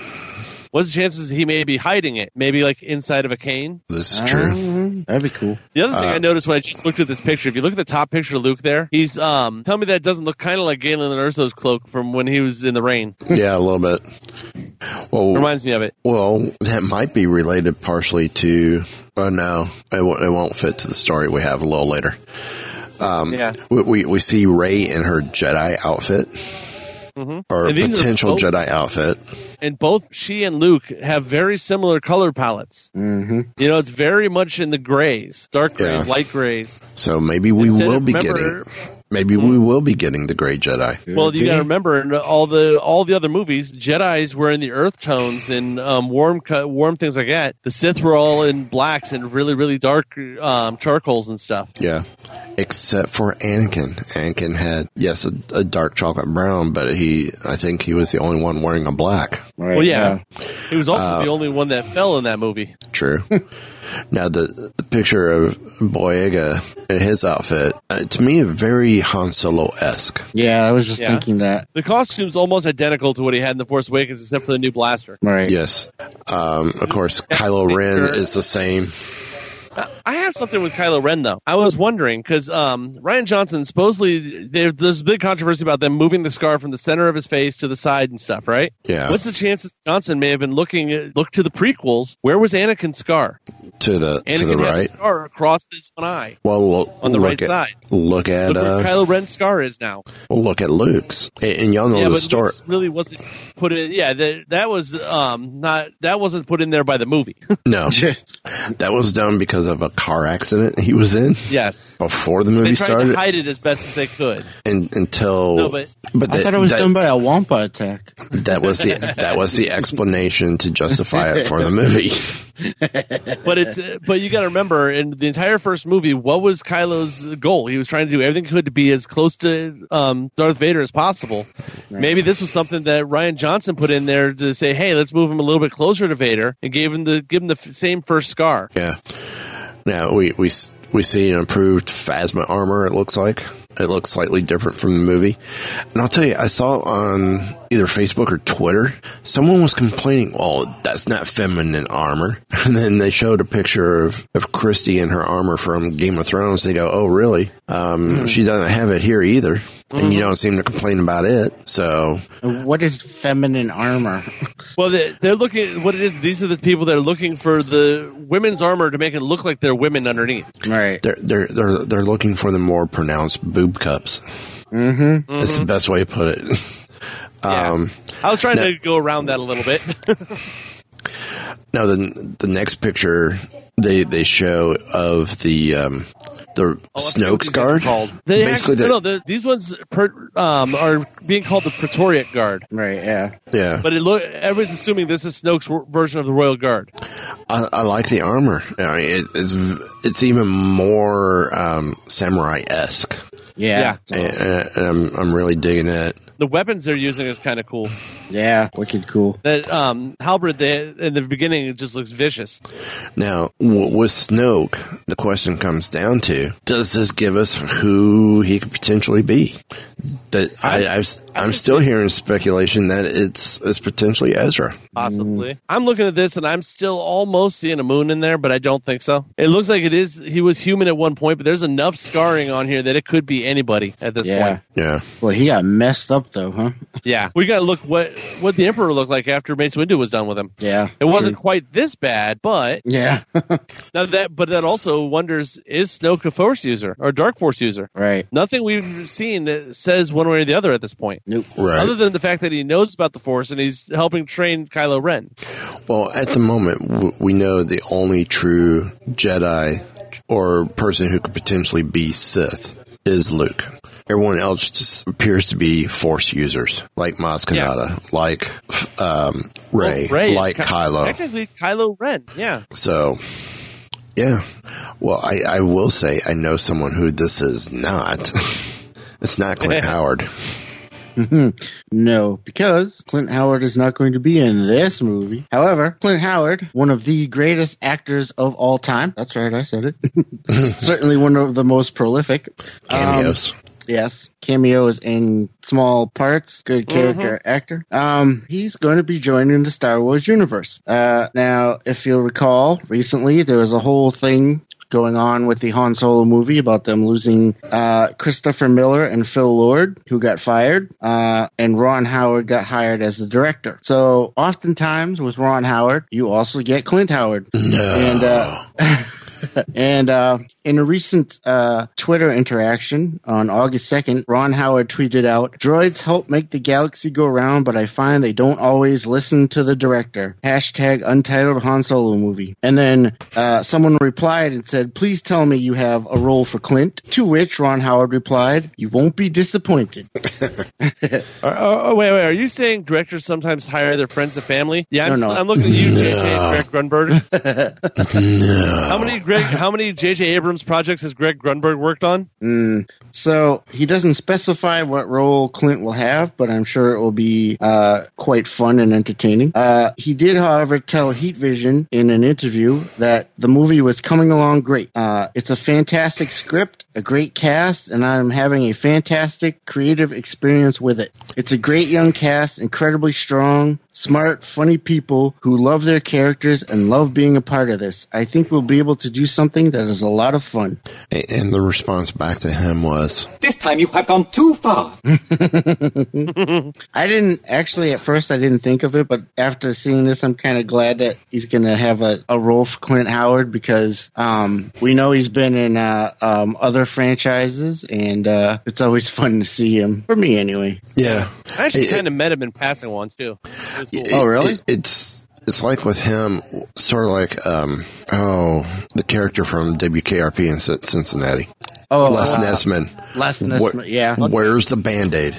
S3: What's the chances he may be hiding it? Maybe like inside of a cane.
S2: This is true.
S4: Um, that'd be cool.
S3: The other thing I noticed when I just looked at this picture, if you look at the top picture of Luke there, he's um tell me that doesn't look kind of like Galen and Urso's cloak from when he was in the rain.
S2: [laughs] yeah, a little bit. Well,
S3: Reminds me of it.
S2: well, that might be related partially to. Oh no, it, won't it won't fit to the story we have a little later. Um,
S3: yeah.
S2: We we, we see Ray in her Jedi outfit. or
S3: Mm-hmm. And these are
S2: potential
S3: both-
S2: Jedi outfit.
S3: and both she and Luke have very similar color palettes.
S4: Mm-hmm.
S3: You know, it's very much in the grays, dark grays,
S2: Yeah.
S3: light grays.
S2: So maybe we
S3: Instead
S2: will
S3: of- Hmm.
S2: be
S3: remember-
S2: getting. Maybe we will be getting the Gray Jedi.
S3: Well, you got to remember, in all the all the other movies, Jedi's were in the earth tones and um, warm co- warm things like that. The Sith were all in blacks and really really dark um, charcoals and stuff.
S2: Yeah, except for Anakin. Anakin had yes a, a dark chocolate brown, but he I think he was the only one wearing a black.
S4: Right,
S3: Well, yeah, he was also the only one that fell in that movie. [laughs]
S2: True. now the, the picture of Boyega in his outfit uh, to me very Han Solo esque.
S4: yeah, I was just
S3: Yeah.
S4: thinking that.
S3: The costume's almost identical to what he had in The Force Awakens, except for the new blaster.
S4: Right.
S2: Yes. Um, of course, Kylo Ren is the same.
S3: I have something with Kylo Ren though. I was wondering because um, Ryan Johnson supposedly there, there's a big controversy about them moving the scar from the center of his face to the side and stuff, right?
S2: Yeah.
S3: What's the chances Johnson may have been looking at, look to the prequels? Where was Anakin's scar?
S2: To the
S3: Anakin
S2: to the
S3: had a
S2: right.
S3: scar across his one eye.
S2: Well, look,
S3: on the
S2: look
S3: right
S2: at,
S3: side.
S2: Look at
S3: Look where
S2: uh,
S3: Kylo Ren's scar is now.
S2: look at Luke's, and, and y'all know oh, the
S3: but
S2: story.
S3: Luke's really wasn't put in. Yeah, that that was um not that wasn't put in there by the movie. [laughs]
S4: [laughs]
S2: No, that was done because of a car accident he was in
S3: yes.
S2: before the movie
S3: They tried
S2: started,
S3: to hide it as best as they could.
S2: and, until.
S3: No, but-
S4: I
S2: that-
S4: thought it was
S2: that,
S4: done by a Wampa attack.
S2: that was the that was
S4: [laughs]
S2: the explanation to justify it for the movie. [laughs]
S3: But it's uh, but you got to remember in the entire first movie, what was Kylo's goal? He was trying to do everything he could to be as close to um, Darth Vader as possible. Maybe this was something that Ryan Johnson put in there to say, "Hey, let's move him a little bit closer to Vader," and gave him the give him the f- same first scar.
S2: Yeah. Now we we s- we see an improved Phasma armor. It looks like it looks slightly different from the movie. And I'll tell you, I saw on either Facebook or Twitter someone was complaining, "Well, that's not feminine armor." [laughs] And then they showed a picture of of Christy in her armor from Game of Thrones. They go, "Oh, really? Um, She doesn't have it here either." And you don't seem to complain about it. So
S4: What is feminine armor? [laughs]
S3: Well, they, they're looking what it is. These are the people that are looking for the women's armor to make it look like they're women underneath.
S4: right.
S2: they're they're they're they're looking for the more pronounced boob cups. Mm-hmm. That's the best way to put it. [laughs]
S3: Yeah. Oh,
S2: um,
S3: I was trying
S2: No.
S3: to go around that a little [laughs] bit.
S2: now the the next picture they they show of the um, the
S3: Oh, I forget what
S2: Snoke's
S3: these guys are
S2: guard.
S3: called. They
S2: Basically,
S3: Basically,
S2: the-
S3: no, the, these ones per, um, are being called the Praetorian Guard.
S4: Right, yeah.
S2: Yeah,
S3: But it look everybody's assuming this is Snoke's w- version of the Royal Guard.
S2: I, I like the armor. I mean, it, it's v- it's even more um, samurai esque,
S4: Yeah. Yeah.
S2: and, and and I'm I'm really digging it.
S3: The weapons they're using is kind of cool.
S4: Wicked cool.
S3: That um, halberd they, in the beginning it just looks vicious.
S2: Now, w- with Snoke, the question comes down to: Does this give us who he could potentially be? That I, I, I'm still hearing speculation that it's it's potentially Ezra.
S3: Possibly.
S4: Mm.
S3: I'm looking at this and I'm still almost seeing a moon in there, but I don't think so. It looks like it is. He was human at one point, but there's enough scarring on here that it could be anybody at this
S4: Yeah.
S3: point.
S2: Yeah,
S4: Well, he got messed up though, huh?
S3: Yeah. We got to look what what the Emperor looked like after Mace Windu was done with him.
S4: Yeah.
S3: It wasn't
S4: True.
S3: quite this bad, but
S4: Yeah. [laughs]
S3: now that but that also wonders is Snoke a Force user or Dark Force user?
S4: right.
S3: Nothing we've seen that says one way or the other at this point.
S4: Nope.
S2: right.
S3: Other than the fact that he knows about the Force and he's helping train Kylo Ren.
S2: well, at the moment, w- we know the only true Jedi or person who could potentially be Sith is Luke. Everyone else just appears to be Force users, like Maz
S3: Yeah.
S2: Kanata, like um, Ray,
S3: Rey is
S2: like
S3: Ky-
S2: Kylo.
S3: Technically, Kylo Ren. Yeah.
S2: So, yeah. Well, I, I will say I know someone who this is not. [laughs] it's not
S3: [laughs]
S2: Clint Howard.
S4: No, because Clint Howard is not going to be in this movie. However, Clint Howard, one of the greatest actors of all time. That's right, I said it. [laughs] Certainly one of the most prolific. Um,
S2: Cameos.
S4: yes, cameos in small parts. Good character actor. Um, he's going to be joining the Star Wars universe. Uh, now, if you'll recall, recently there was a whole thing going on with the Han Solo movie about them losing uh, Christopher Miller and Phil Lord, who got fired, uh, and Ron Howard got hired as the director. So, oftentimes with Ron Howard, you also get Clint Howard. And uh, and uh, In a recent uh, Twitter interaction on August 2nd, Ron Howard tweeted out Droids help make the galaxy go round, but I find they don't always listen to the director. Hashtag untitled Han Solo movie. And then uh, someone replied and said, Please tell me you have a role for Clint. To which Ron Howard replied, You won't be disappointed.
S3: Are- are- oh, wait, wait. Are you saying directors sometimes hire their friends and family? Yeah, I'm,
S4: No, no.
S3: I'm looking at you, JJ and Greg Grunberg.
S2: No.
S3: How many Greg? How many JJ Abrams projects has Greg Grunberg worked on?
S4: So he doesn't specify what role Clint will have, but I'm sure it will be uh, quite fun and entertaining. Uh, he did, however, tell Heat Vision in an interview that the movie was coming along great. Uh, it's a fantastic script, a great cast, and I'm having a fantastic creative experience with it. It's a great young cast, incredibly strong, smart, funny people who love their characters and love being a part of this. I think we'll be able to do something that is a lot of fun.
S2: A- And the response back to him was,
S6: This time you have gone too far.
S4: I didn't actually at first. I didn't think of it, but after seeing this, I'm kind of glad that he's going to have a, a role for Clint Howard because um, we know he's been in uh, um, other franchises, and uh, it's always fun to see him. For me, anyway.
S2: "Yeah,
S3: I actually
S2: It- it-
S3: kind of met him in passing once too. It was cool.
S4: Oh, really?
S2: it- it's it's like with him, sort of like um, oh, the character from WKRP in Cin- Cincinnati,
S4: Oh,
S2: Les
S4: uh,
S2: Nesman.
S4: Les Nessman.
S2: Where-
S4: yeah,
S2: Where's the band aid?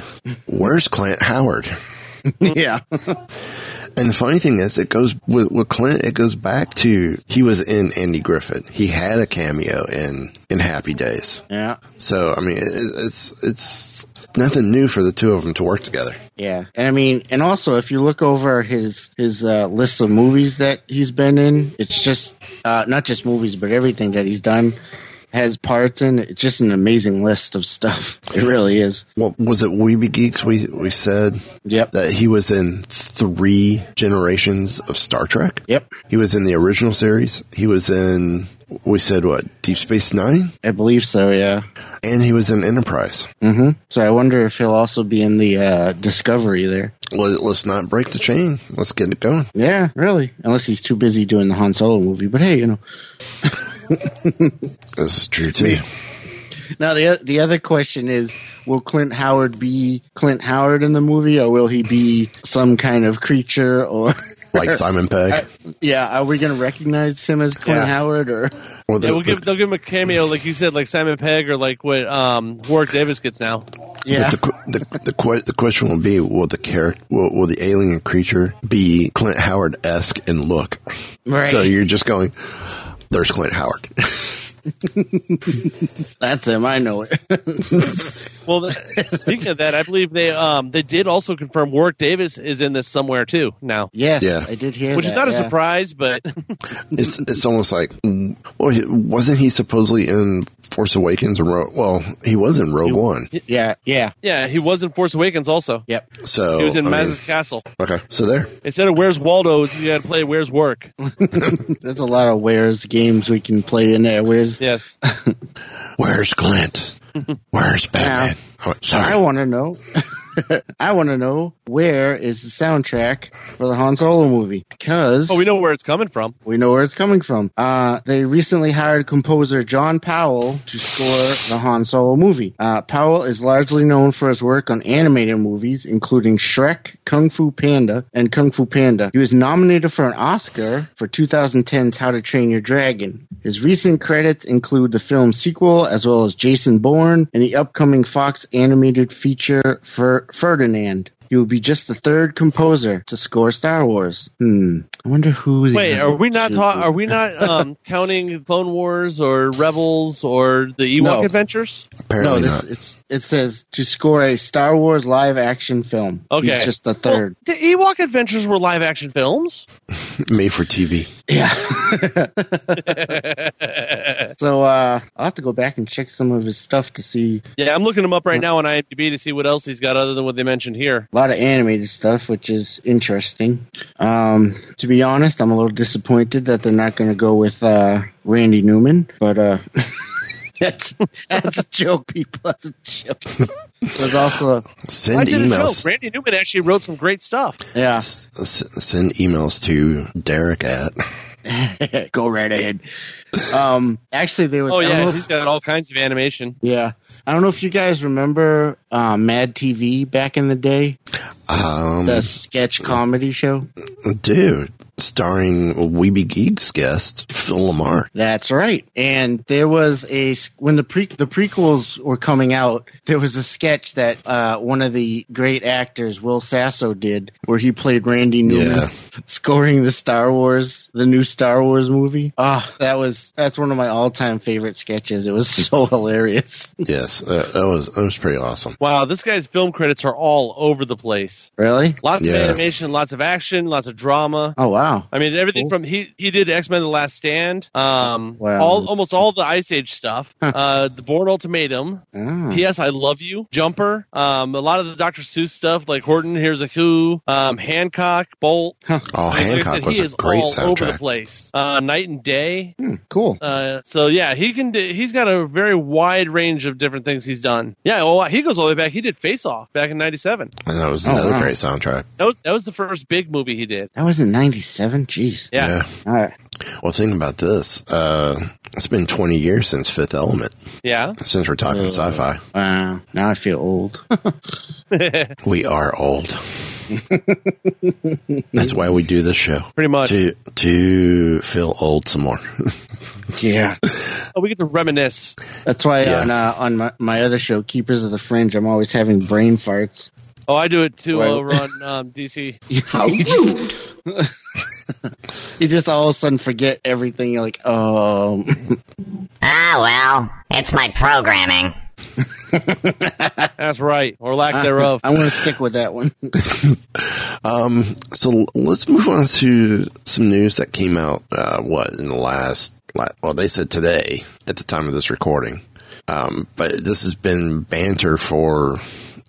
S2: Where's Clint Howard?
S4: [laughs] yeah.
S2: And the funny thing is, it goes with, with Clint. It goes back to he was in Andy Griffith. He had a cameo in in Happy Days.
S4: yeah.
S2: So I mean, it, it's it's nothing new for the two of them to work together.
S4: Yeah, and I mean, and also if you look over his his uh, list of movies that he's been in, it's just uh, not just movies, but everything that he's done has parts in. it. It's just an amazing list of stuff. [laughs] It really is.
S2: What was it? Weeby Geeks. We we said
S4: Yep.
S2: that he was in three generations of Star Trek.
S4: Yep.
S2: He was in the original series. He was in we said what Deep Space Nine,
S4: I believe so. Yeah.
S2: and he was in Enterprise.
S4: hmm So I wonder if he'll also be in the uh, Discovery there.
S2: Let, let's not break the chain. Let's get it going.
S4: Yeah, really. Unless he's too busy doing the Han Solo movie, but hey, you know.
S2: This is true too.
S4: Now the the other question is, will Clint Howard be Clint Howard in the movie, or will he be some kind of creature or? [laughs]
S2: Like Simon Pegg.
S4: Yeah, are we going to recognize him as Clint
S3: Yeah.
S4: Howard or?
S2: Well, the,
S3: They will give, they'll give him a cameo, like you said, like Simon Pegg or like what um, Warwick Davis gets now.
S2: But
S4: Yeah,
S2: the, qu- the, the, que- the question will be: Will the character, will, will the alien creature be Clint Howard esque in look?
S4: right.
S2: So you're just going, "There's Clint Howard."
S4: That's him. I know it. [laughs]
S3: Well, th- speaking of that, I believe they um, they did also confirm Warwick Davis is in this somewhere too now,
S4: yes,
S2: Yeah.
S4: I did hear.
S3: which
S4: is
S3: is not a surprise, but [laughs]
S2: it's it's almost like, mm, well, he- wasn't he supposedly in Force Awakens? And Ro- well, he was in Rogue One.
S4: Yeah, yeah,
S3: yeah, he was in Force Awakens also.
S4: yep.
S2: So
S3: He was in
S2: Oh, I mean,
S3: Maz's Castle.
S2: Okay, so there.
S3: Instead of Where's Waldo, you got to play Where's Work.
S4: There's a lot of where's games we can play in there. Where's
S3: Yes.
S2: Where's
S3: [laughs]
S2: Clint? Where's Batman? Oh,
S4: I
S2: sorry.
S4: want to know. [laughs] I want to know where is the soundtrack for the Han Solo movie because
S3: Oh, we know where it's coming from.
S4: we know where it's coming from. Uh, they recently hired composer John Powell to score the Han Solo movie. Uh, Powell is largely known for his work on animated movies, including Shrek, Kung Fu Panda, and Kung Fu Panda. He was nominated for an Oscar for 2010's How to Train Your Dragon. His recent credits include the film sequel, as well as Jason Bourne and the upcoming Fox animated feature Fer- Ferdinand. He will be just the third composer to score Star Wars. Hmm. I wonder who. the
S3: Wait,
S4: other
S3: are we not
S4: two
S3: ta-
S4: were.
S3: are we not um, counting Clone Wars or Rebels or the Ewok
S4: No.
S3: Adventures?
S4: No,
S2: Apparently
S4: this,
S2: not.
S4: it's it says to score a Star Wars live action film.
S3: Okay.
S4: He's just
S3: [laughs]
S4: the third.
S3: The Ewok Adventures were live action films.
S2: Made for TV.
S4: So uh, I'll have to go back and check some of his stuff to see
S3: Yeah, I'm looking him up right now on IMDb to see what else he's got other than what they mentioned here.
S4: a lot of animated stuff, which is interesting. Um, to be honest, I'm a little disappointed that they're not going to go with uh, Randy Newman, but uh, [laughs] that's that's a joke, people. That's a joke. There's also
S3: I
S2: Send
S3: did a joke.
S2: emails.
S3: Randy Newman actually wrote some great stuff.
S4: yeah
S2: S- s- send emails to Derek at.
S4: [laughs] Go right ahead. Um, actually, there was.
S3: Oh
S4: I don't know
S3: yeah,
S4: if-
S3: he's got all kinds of animation.
S4: yeah. I don't know if you guys remember uh, Mad TV back in the day,
S2: Um,
S4: the sketch comedy show.
S2: dude, starring Weeby Geeks guest Phil Lamar.
S4: That's right. And there was a when the pre the prequels were coming out, there was a sketch that uh, one of the great actors Will Sasso did, where he played Randy Newman,
S2: Yeah.
S4: [laughs] scoring the Star Wars, the new Star Wars movie. Ah, that was that's one of my all time favorite sketches. It was [laughs] so hilarious. [laughs]
S2: Yes, that, that was that was pretty awesome.
S3: Wow, this guy's film credits are all over the place.
S4: Really?
S3: Lots
S2: Yeah.
S3: of animation, lots of action, lots of drama.
S4: Oh wow.
S3: I mean, everything from he he did X Men: The Last Stand, um,
S4: Wow.
S3: all almost all the Ice Age stuff,
S4: Huh.
S3: uh, the Bourne Ultimatum,
S2: Ah.
S4: Oh.
S3: P.S. I Love You, Jumper, um, a lot of the Dr. Seuss stuff like Horton, Here's a Who, um, Hancock, Bolt.
S2: Oh,
S3: Like I
S2: Hancock
S3: said,
S2: was
S3: he
S2: a
S3: is
S2: great
S3: all over the
S2: soundtrack.
S3: place. Uh, Night and Day.
S4: Hmm, cool.
S3: Uh, so yeah, he can. Do, he's got a very wide range of different things he's done. Yeah, well, he goes all the way back. He did Face Off back in '97.
S2: And that was
S4: Oh,
S2: another
S4: wow.
S2: great soundtrack.
S3: That was that was the first big movie he did.
S4: That was in '97. Jeez.
S3: Yeah.
S2: yeah.
S4: All right.
S2: Well, thinking about this, uh, it's been 20 years since Fifth Element,
S3: Yeah.
S2: since we're
S3: Uh.
S2: talking sci fi.
S4: Wow. Now I feel old.
S2: We are
S3: [laughs]
S2: old. That's why we do this show.
S3: Pretty much.
S2: To, to feel old some more.
S4: [laughs] yeah.
S3: Oh, we get to reminisce.
S4: That's why
S2: Yeah.
S4: on uh, on my, my other show, Keepers of the Fringe, I'm always having brain farts. [laughs]
S3: Oh, I do it too
S4: Well-
S3: over on um, DC.
S4: How you just, [laughs] you just all of a sudden forget everything. You're like,
S3: [laughs]
S4: oh,
S7: Ah, well, it's my programming.
S3: That's right, or lack thereof.
S4: I'm going to stick with that [laughs] one.
S2: so l- let's move on to some news that came out, uh, what, in the last, la- well, they said today at the time of this recording. Um, but this has been banter for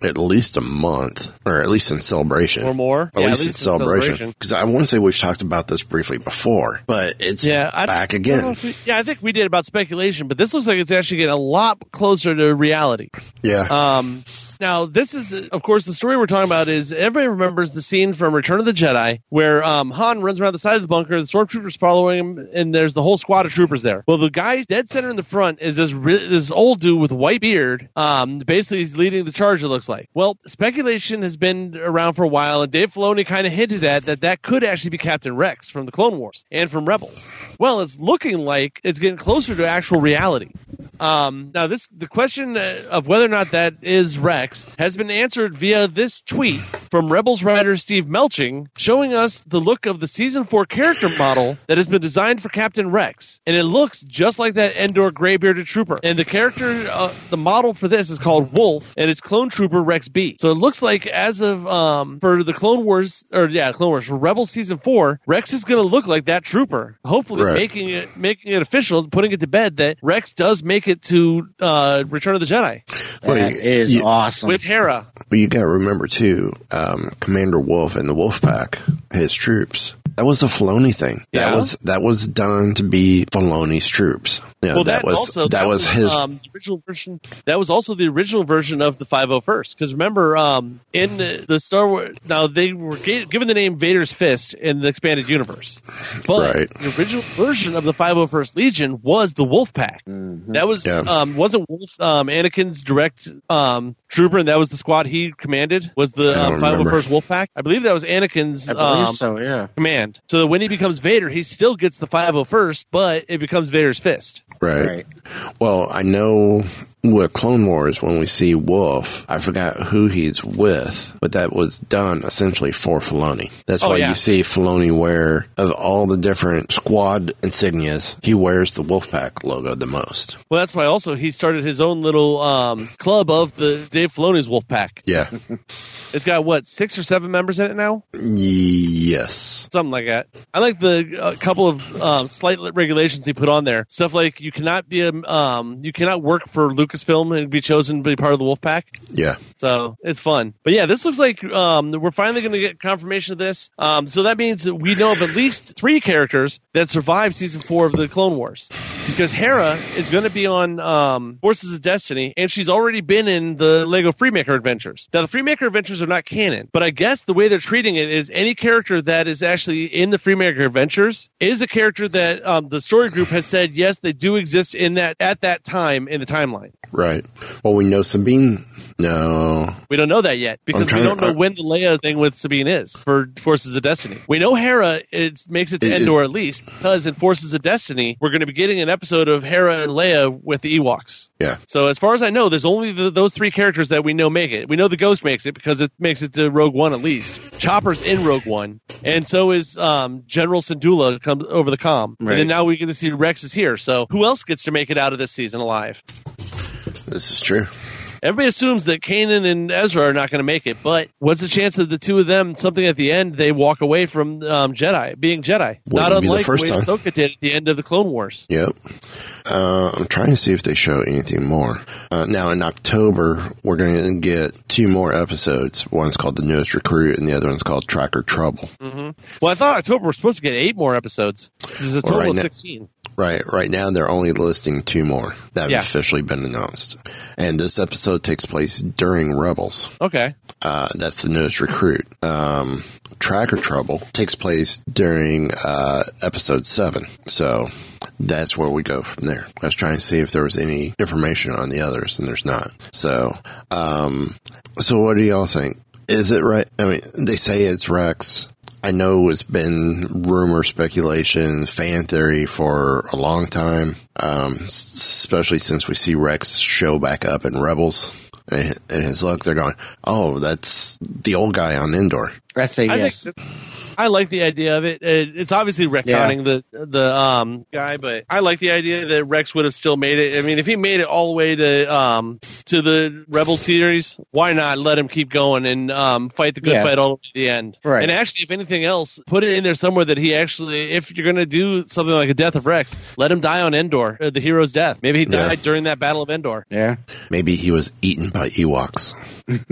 S2: at least a month, or at least in celebration.
S3: Or more.
S2: At
S3: Yeah,
S2: least in celebration. Because I want to say we've talked about this briefly before, but it's
S3: Yeah, I-
S2: back
S3: I don't know
S2: again.
S3: if we- yeah, I think we did about speculation, but this looks like it's actually getting a lot closer to reality.
S2: Yeah.
S3: Um, now, this is, of course, the story we're talking about is everybody remembers the scene from Return of the Jedi where um, Han runs around the side of the bunker, the stormtroopers following him, and there's the whole squad of troopers there. Well, the guy dead center in the front is this re- this old dude with white beard. Um, basically, he's leading the charge. It looks like. Well, speculation has been around for a while, and Dave Filoni kind of hinted at that that could actually be Captain Rex from the Clone Wars and from Rebels. Well, it's looking like it's getting closer to actual reality. Um, now, this the question uh, of whether or not that is Rex has been answered via this tweet from Rebels writer Steve Melching, showing us the look of the season four character model that has been designed for Captain Rex, and it looks just like that Endor gray-bearded trooper. And the character, uh, the model for this is called Wolf, and it's clone trooper Rex B. So it looks like as of um, for the Clone Wars, or yeah, Clone Wars for Rebels season four, Rex is going to look like that trooper. Hopefully,
S2: Right.
S3: making it making it official, putting it to bed that Rex does make it to uh, Return of the Jedi
S2: Well,
S4: That
S2: you-
S4: is
S2: you-
S4: awesome.
S3: with Hera.
S2: But you got to remember too, um, Commander Wolf and the Wolf Pack, his troops. That was a Filoni thing. That
S3: Yeah.
S2: was that was done to be Filoni's troops. Yeah,
S3: well,
S2: that, was that, was, his.
S3: um, the original version. That was also the original version of the 501st. Because remember, um, in the, the Star Wars, now they were ga- given the name Vader's Fist in the expanded universe, but
S2: Right.
S3: the original version of the 501st Legion was the Wolf Pack.
S4: Mm-hmm.
S3: That was
S2: Yeah.
S3: um, wasn't Wolf um, Anakin's direct um, trooper, and that was the squad he commanded. Was the
S2: I
S3: uh,
S2: don't remember.
S3: 501st Wolf Pack? I believe that was Anakin's.
S4: I believe
S3: um,
S4: so. Yeah.
S3: Command. So that when he becomes Vader, he still gets the 501st, but it becomes Vader's fist.
S2: right.
S4: Right.
S2: Well, I know with Clone Wars when we see Wolf, I forgot who he's with, but that was done essentially for Filoni. That's
S3: Oh,
S2: why
S3: yeah.
S2: you see Filoni wear of all the different squad insignias, he wears the Wolfpack logo the most.
S3: Well, that's why also he started his own little um, club of the Dave Filoni's Wolf Pack.
S2: Yeah.
S3: It's got what six or seven members in it now,
S2: yes.
S3: something like that. I like the uh, couple of um, slight li- regulations he put on there. Stuff like you cannot be a um, you cannot work for Lucasfilm and be chosen to be part of the Wolf Pack.
S2: Yeah.
S3: So it's fun. But yeah, this looks like um, we're finally going to get confirmation of this. Um, so that means that we know of at least three characters that survived season four of the Clone Wars. Because Hera is going to be on um, Forces of Destiny, and she's already been in the Lego Freemaker Adventures. Now, the Freemaker Adventures are not canon, but I guess the way they're treating it is any character that is actually in the Freemaker Adventures is a character that um, the story group has said, yes, they do exist in that at that time in the timeline.
S2: Right. Well, we know Sabine. No.
S3: We don't know that yet
S2: I'm
S3: because we
S2: trying to-
S3: don't know
S2: I-
S3: when the Leia thing with Sabine is for Forces of Destiny. We know Hera it makes it to
S2: It- it-
S3: Endor at least because in Forces of Destiny we're going to be getting an episode of Hera and Leia with the Ewoks.
S2: Yeah.
S3: So as far as I know, there's only the, those three characters that we know make it. We know the Ghost makes it because it makes it to Rogue One at least. Chopper's in Rogue One, and so is um, General Syndulla comes over the com.
S4: Right.
S3: And then now we get to see Rex is here. So who else gets to make it out of this season alive?
S2: This is true.
S3: Everybody assumes that Kanan and Ezra are not going to make it, but what's the chance of the two of them something at the end they walk away from um, Jedi being Jedi? not
S2: be the
S3: unlike
S2: first
S3: the way
S2: time.
S3: Ahsoka did at the end of the Clone Wars.
S2: Yep. Uh, I'm trying to see if they show anything more. Uh, now in October, we're going to get two more episodes. One's called The Newest Recruit, and the other one's called Tracker Trouble.
S3: Well, I thought October we're supposed to get eight more episodes. This is a total
S2: right
S3: of
S2: now-
S3: sixteen.
S2: Right, right now they're only listing two more that have
S3: Yeah.
S2: officially been announced, and this episode takes place during Rebels.
S3: Okay,
S2: Uh, that's the newest recruit. Um, Tracker Trouble takes place during uh, episode seven, so that's where we go from there. I was trying to see if there was any information on the others, and there's not. So, um, so what do y'all think? Is it right? I mean, they say it's Rex. I know it's been rumor, speculation, fan theory for a long time, um, s- especially since we see Rex show back up in Rebels. And and his look, they're going, oh, that's the old guy on Endor.
S4: I say
S3: I
S4: yes.
S3: think I like the idea of it. It- It's obviously retconning the the um guy, but I like the idea that Rex would have still made it. I mean, if he made it all the way to um to the Rebel series, why not let him keep going and um fight the good
S4: Yeah.
S3: fight all the way to the end?
S4: Right.
S3: And actually, if anything else, put it in there somewhere that he actually, if you're gonna do something like a death of Rex, let him die on Endor, uh, the hero's death. Maybe he
S2: Yeah.
S3: died during that battle of Endor.
S4: yeah.
S2: Maybe he was eaten by Ewoks.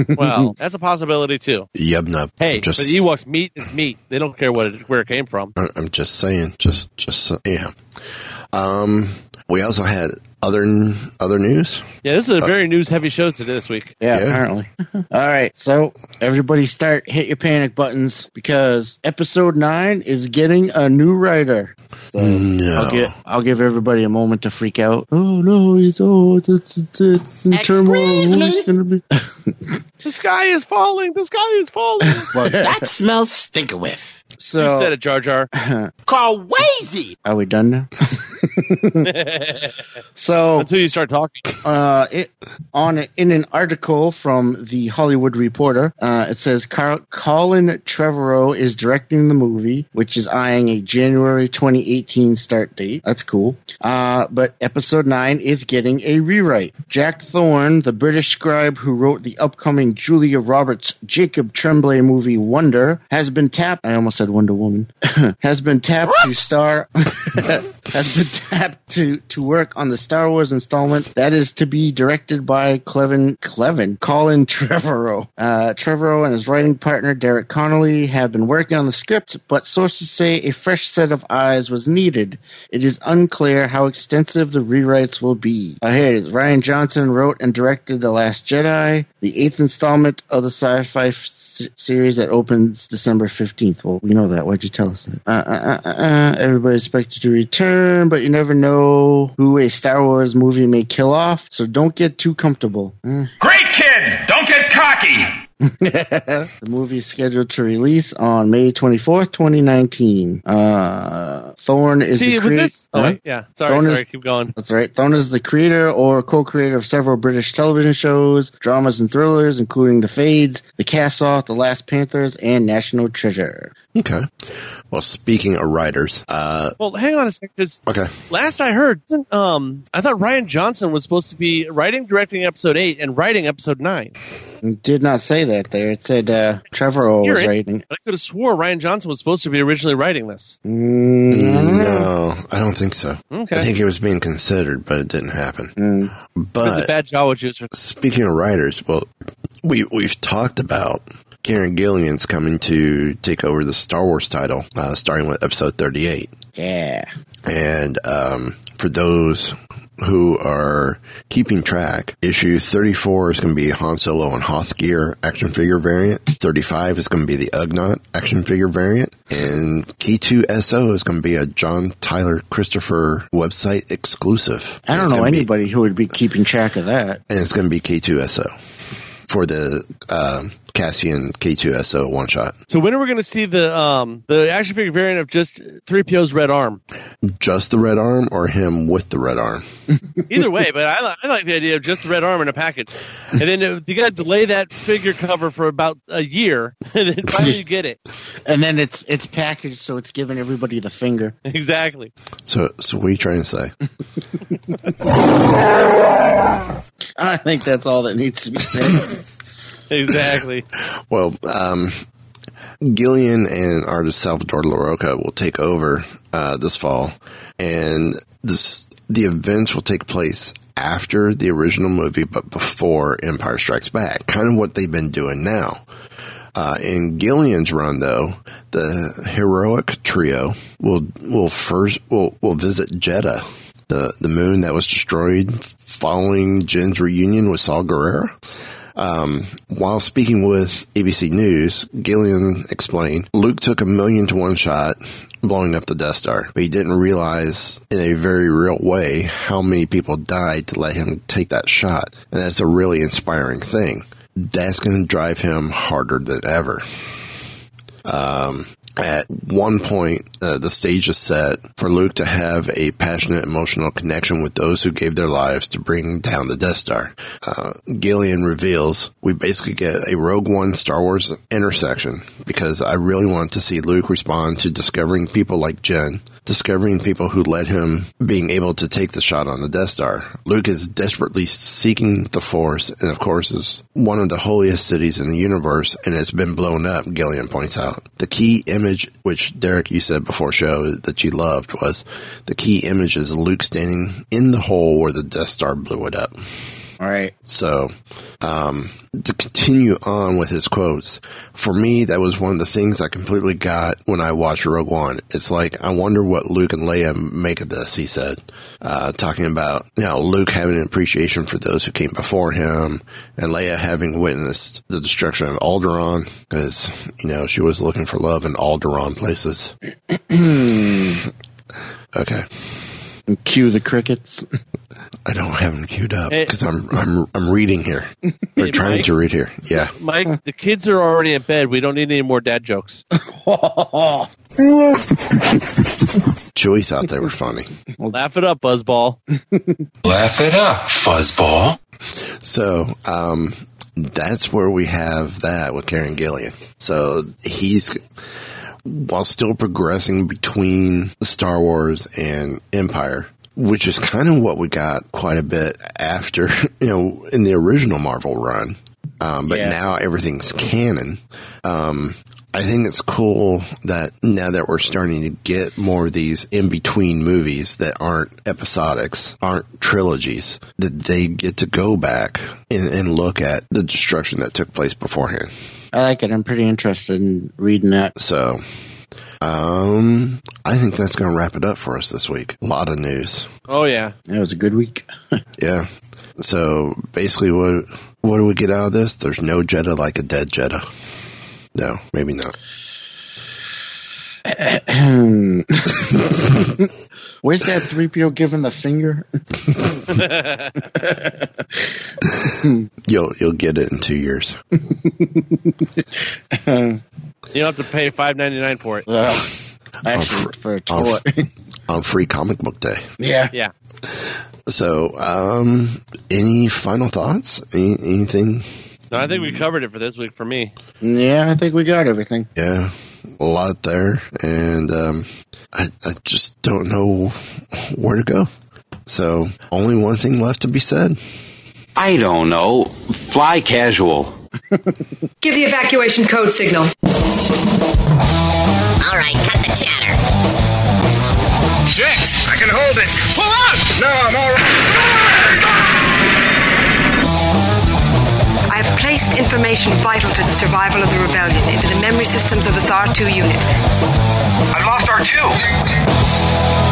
S3: Well, that's a possibility too.
S2: Yubnub.
S3: Hey,
S2: just, Uh,
S3: but Ewoks meat is meat. They don't care what it, where it came from.
S2: I- I'm just saying, just, just, sa- yeah. Um, we also had other, n- other news.
S3: Yeah, this is a very news heavy show today this week.
S4: Yeah,
S2: Yeah.
S4: apparently. [laughs] All right, so everybody start hit your panic buttons because episode nine is getting a new writer. So
S2: No.
S3: Oh.
S4: I'll, get, I'll give everybody a moment to freak out. Oh no, he's oh it's it's, it's in turmoil. Who is
S3: [laughs]
S4: gonna be?
S3: The sky is falling. The sky is [laughs] falling.
S8: That smells stinker with.
S3: you said
S4: so
S3: it, Jar
S4: [laughs]
S3: Jar.
S8: Crazy!
S4: are we
S3: [laughs]
S4: done now? so
S3: Until you start talking.
S4: uh, it, on in an article from the Hollywood Reporter, uh, it says Carl, Colin Trevorrow is directing the movie, which is eyeing a January 2018 start date. That's cool. Uh, but episode nine is getting a rewrite. Jack Thorne, the British scribe who wrote the upcoming Julia Roberts Jacob Tremblay movie Wonder, has been tapped. I almost said Wonder Woman. [laughs] has been tapped to star. [laughs] has been tapped to to work on the Star Wars installment that is to be directed by Clevin Clevin Colin Trevorrow. Uh, Trevorrow and his writing partner Derek Connolly have been working on the script, but sources say a fresh set of eyes was needed. It is unclear how extensive the rewrites will be. Uh, here it is. Ryan Johnson wrote and directed The Last Jedi, the eighth installment of the sci-fi f- s- series that opens December 15th. Well, we know that. Why'd you tell us that? Uh, uh, uh, uh, uh, everybody expected to return, but you never know who a Star Wars movie may kill off, so don't get too comfortable. Eh.
S9: Great kid! Don't get cocky!
S4: The movie is scheduled to release on May 24th, 2019. Uh, Thorne is
S3: See,
S4: the
S3: with
S4: creator.
S3: this. Oh, wait, yeah. Sorry,
S4: Bonus-
S3: sorry. Keep going.
S4: That's right. Thorne is the creator or co-creator of several British television shows, dramas, and thrillers, including The Fades, The Cast Off, The Last Panthers, and National Treasure.
S2: Okay. Well, speaking of writers, uh,
S3: Well, hang on a second, because
S2: okay.
S3: last I heard, um, I thought Ryan Johnson was supposed to be writing, directing episode eight, and writing episode nine.
S4: It did not say that there. It said uh, Trevor
S3: You're
S4: was
S3: right.
S4: writing.
S3: But I could have swore Ryan Johnson was supposed to be originally writing this.
S4: Mm-hmm.
S2: Mm-hmm. No, I don't think so.
S3: Okay.
S2: I think it was being considered, but it didn't happen.
S4: Mm.
S3: It was a
S2: But
S3: bad Jawa juice.
S2: speaking of writers, well, we we've talked about Karen Gillian's coming to take over the Star Wars title, uh, starting with episode thirty-eight.
S4: Yeah.
S2: And um, for those who are keeping track, issue 34 is going to be Han Solo and Hoth Gear action figure variant. 35 is going to be the Ugnaught action figure variant. And Key 2 SO is going to be a John Tyler Christopher website exclusive.
S4: I
S2: And
S4: don't
S2: it's
S4: know
S2: gonna be-
S4: anybody who would be keeping track of that.
S2: and it's going to be K2SO for the um, Cassian K2SO one shot.
S3: So when are we going to see the um the action figure variant of just three PO's red arm?
S2: Just the red arm or him with the red arm? [laughs]
S3: Either way, but I, li- I like the idea of just the red arm in a package, and then uh, you got to delay that figure cover for about a year, [laughs] and then finally you get it. [laughs]
S4: And then it's it's packaged so it's giving everybody the finger. [laughs]
S3: Exactly.
S2: So, so what are you trying to say?
S4: I think that's all that needs to be said. [laughs]
S2: [laughs]
S3: Exactly.
S2: Well, um, Gillian and artist Salvador LaRocca will take over uh, this fall, and this the events will take place after the original movie, but before Empire Strikes Back. Kind of what they've been doing now. Uh, in Gillian's run, though, the heroic trio will will first will will visit Jeddah, the the moon that was destroyed following Jin's reunion with Saul Guerrero. Um, while speaking with ABC News, Gillian explained Luke took a million to one shot, blowing up the Death Star, but he didn't realize in a very real way how many people died to let him take that shot. And that's a really inspiring thing. That's going to drive him harder than ever. At one point, uh, the stage is set for Luke to have a passionate emotional connection with those who gave their lives to bring down the Death Star. Uh, Gillian reveals we basically get a Rogue One Star Wars intersection because I really want to see Luke respond to discovering people like Jen, discovering people who led him being able to take the shot on the Death Star. Luke is desperately seeking the Force, and of course, is one of the holiest cities in the universe, and it's been blown up, Gillian points out. The key image, which Derek, you said before show that you loved, was the key image is Luke standing in the hole where the Death Star blew it up.
S4: all right.
S2: So, um, to continue on with his quotes, for me, that was one of the things I completely got when I watched Rogue One. It's like, I wonder what Luke and Leia make of this, he said, uh, talking about, you know, Luke having an appreciation for those who came before him and Leia having witnessed the destruction of Alderaan because, you know, she was looking for love in Alderaan places. [clears throat] okay.
S4: And cue the crickets. [laughs]
S2: I don't have them queued up
S3: Hey.
S2: because I'm I'm I'm reading here. We're
S3: Hey,
S2: trying
S3: Mike.
S2: to read here. Yeah.
S3: Mike, the kids are already in bed. We don't need any more
S2: [laughs]
S3: dad jokes.
S4: well,
S2: Chewie thought they were funny.
S3: Laugh it
S2: [laughs]
S3: up, Buzzball.
S9: Laugh it up, fuzzball.
S2: So, um, that's where we have that with Karen Gillian. So he's, while still progressing between Star Wars and Empire, which is kind of what we got quite a bit after, [laughs] you know, in the original Marvel run. Um, but
S4: Yeah.
S2: now everything's canon. Um, I think it's cool that now that we're starting to get more of these in between movies that aren't episodics, aren't trilogies, that they get to go back and, and look at the destruction that took place beforehand.
S4: I like it. I'm pretty interested in reading that.
S2: So, um, I think that's going to wrap it up for us this week. A lot of news.
S3: Oh yeah.
S4: That was a good week.
S2: Yeah. So basically, what what do we get out of this? There's no Jetta like a dead Jetta. No, maybe not.
S4: Where's that 3PO giving the finger? [laughs]
S2: You'll you'll get it in two years.
S3: You don't have to pay five ninety nine for it.
S4: Ugh.
S2: fr-
S4: Actually, for a
S2: I'll
S4: toy.
S2: fr- on free comic book day.
S4: yeah.
S3: Yeah.
S2: So, um, any final thoughts? Any, anything?
S3: No, I think we covered it for this week for me.
S4: Yeah, I think we got everything.
S2: Yeah, a lot there, and um, I, I just don't know where to go. So, only one thing left to be said.
S8: I don't know. Fly casual.
S1: Give the evacuation code signal.
S7: Alright, cut the chatter.
S9: Jinx, I can hold it. Pull out! No, I'm all right.
S1: I've placed
S10: indexed information vital to the survival of the rebellion into the memory systems of this R2 unit.
S11: I've lost R2.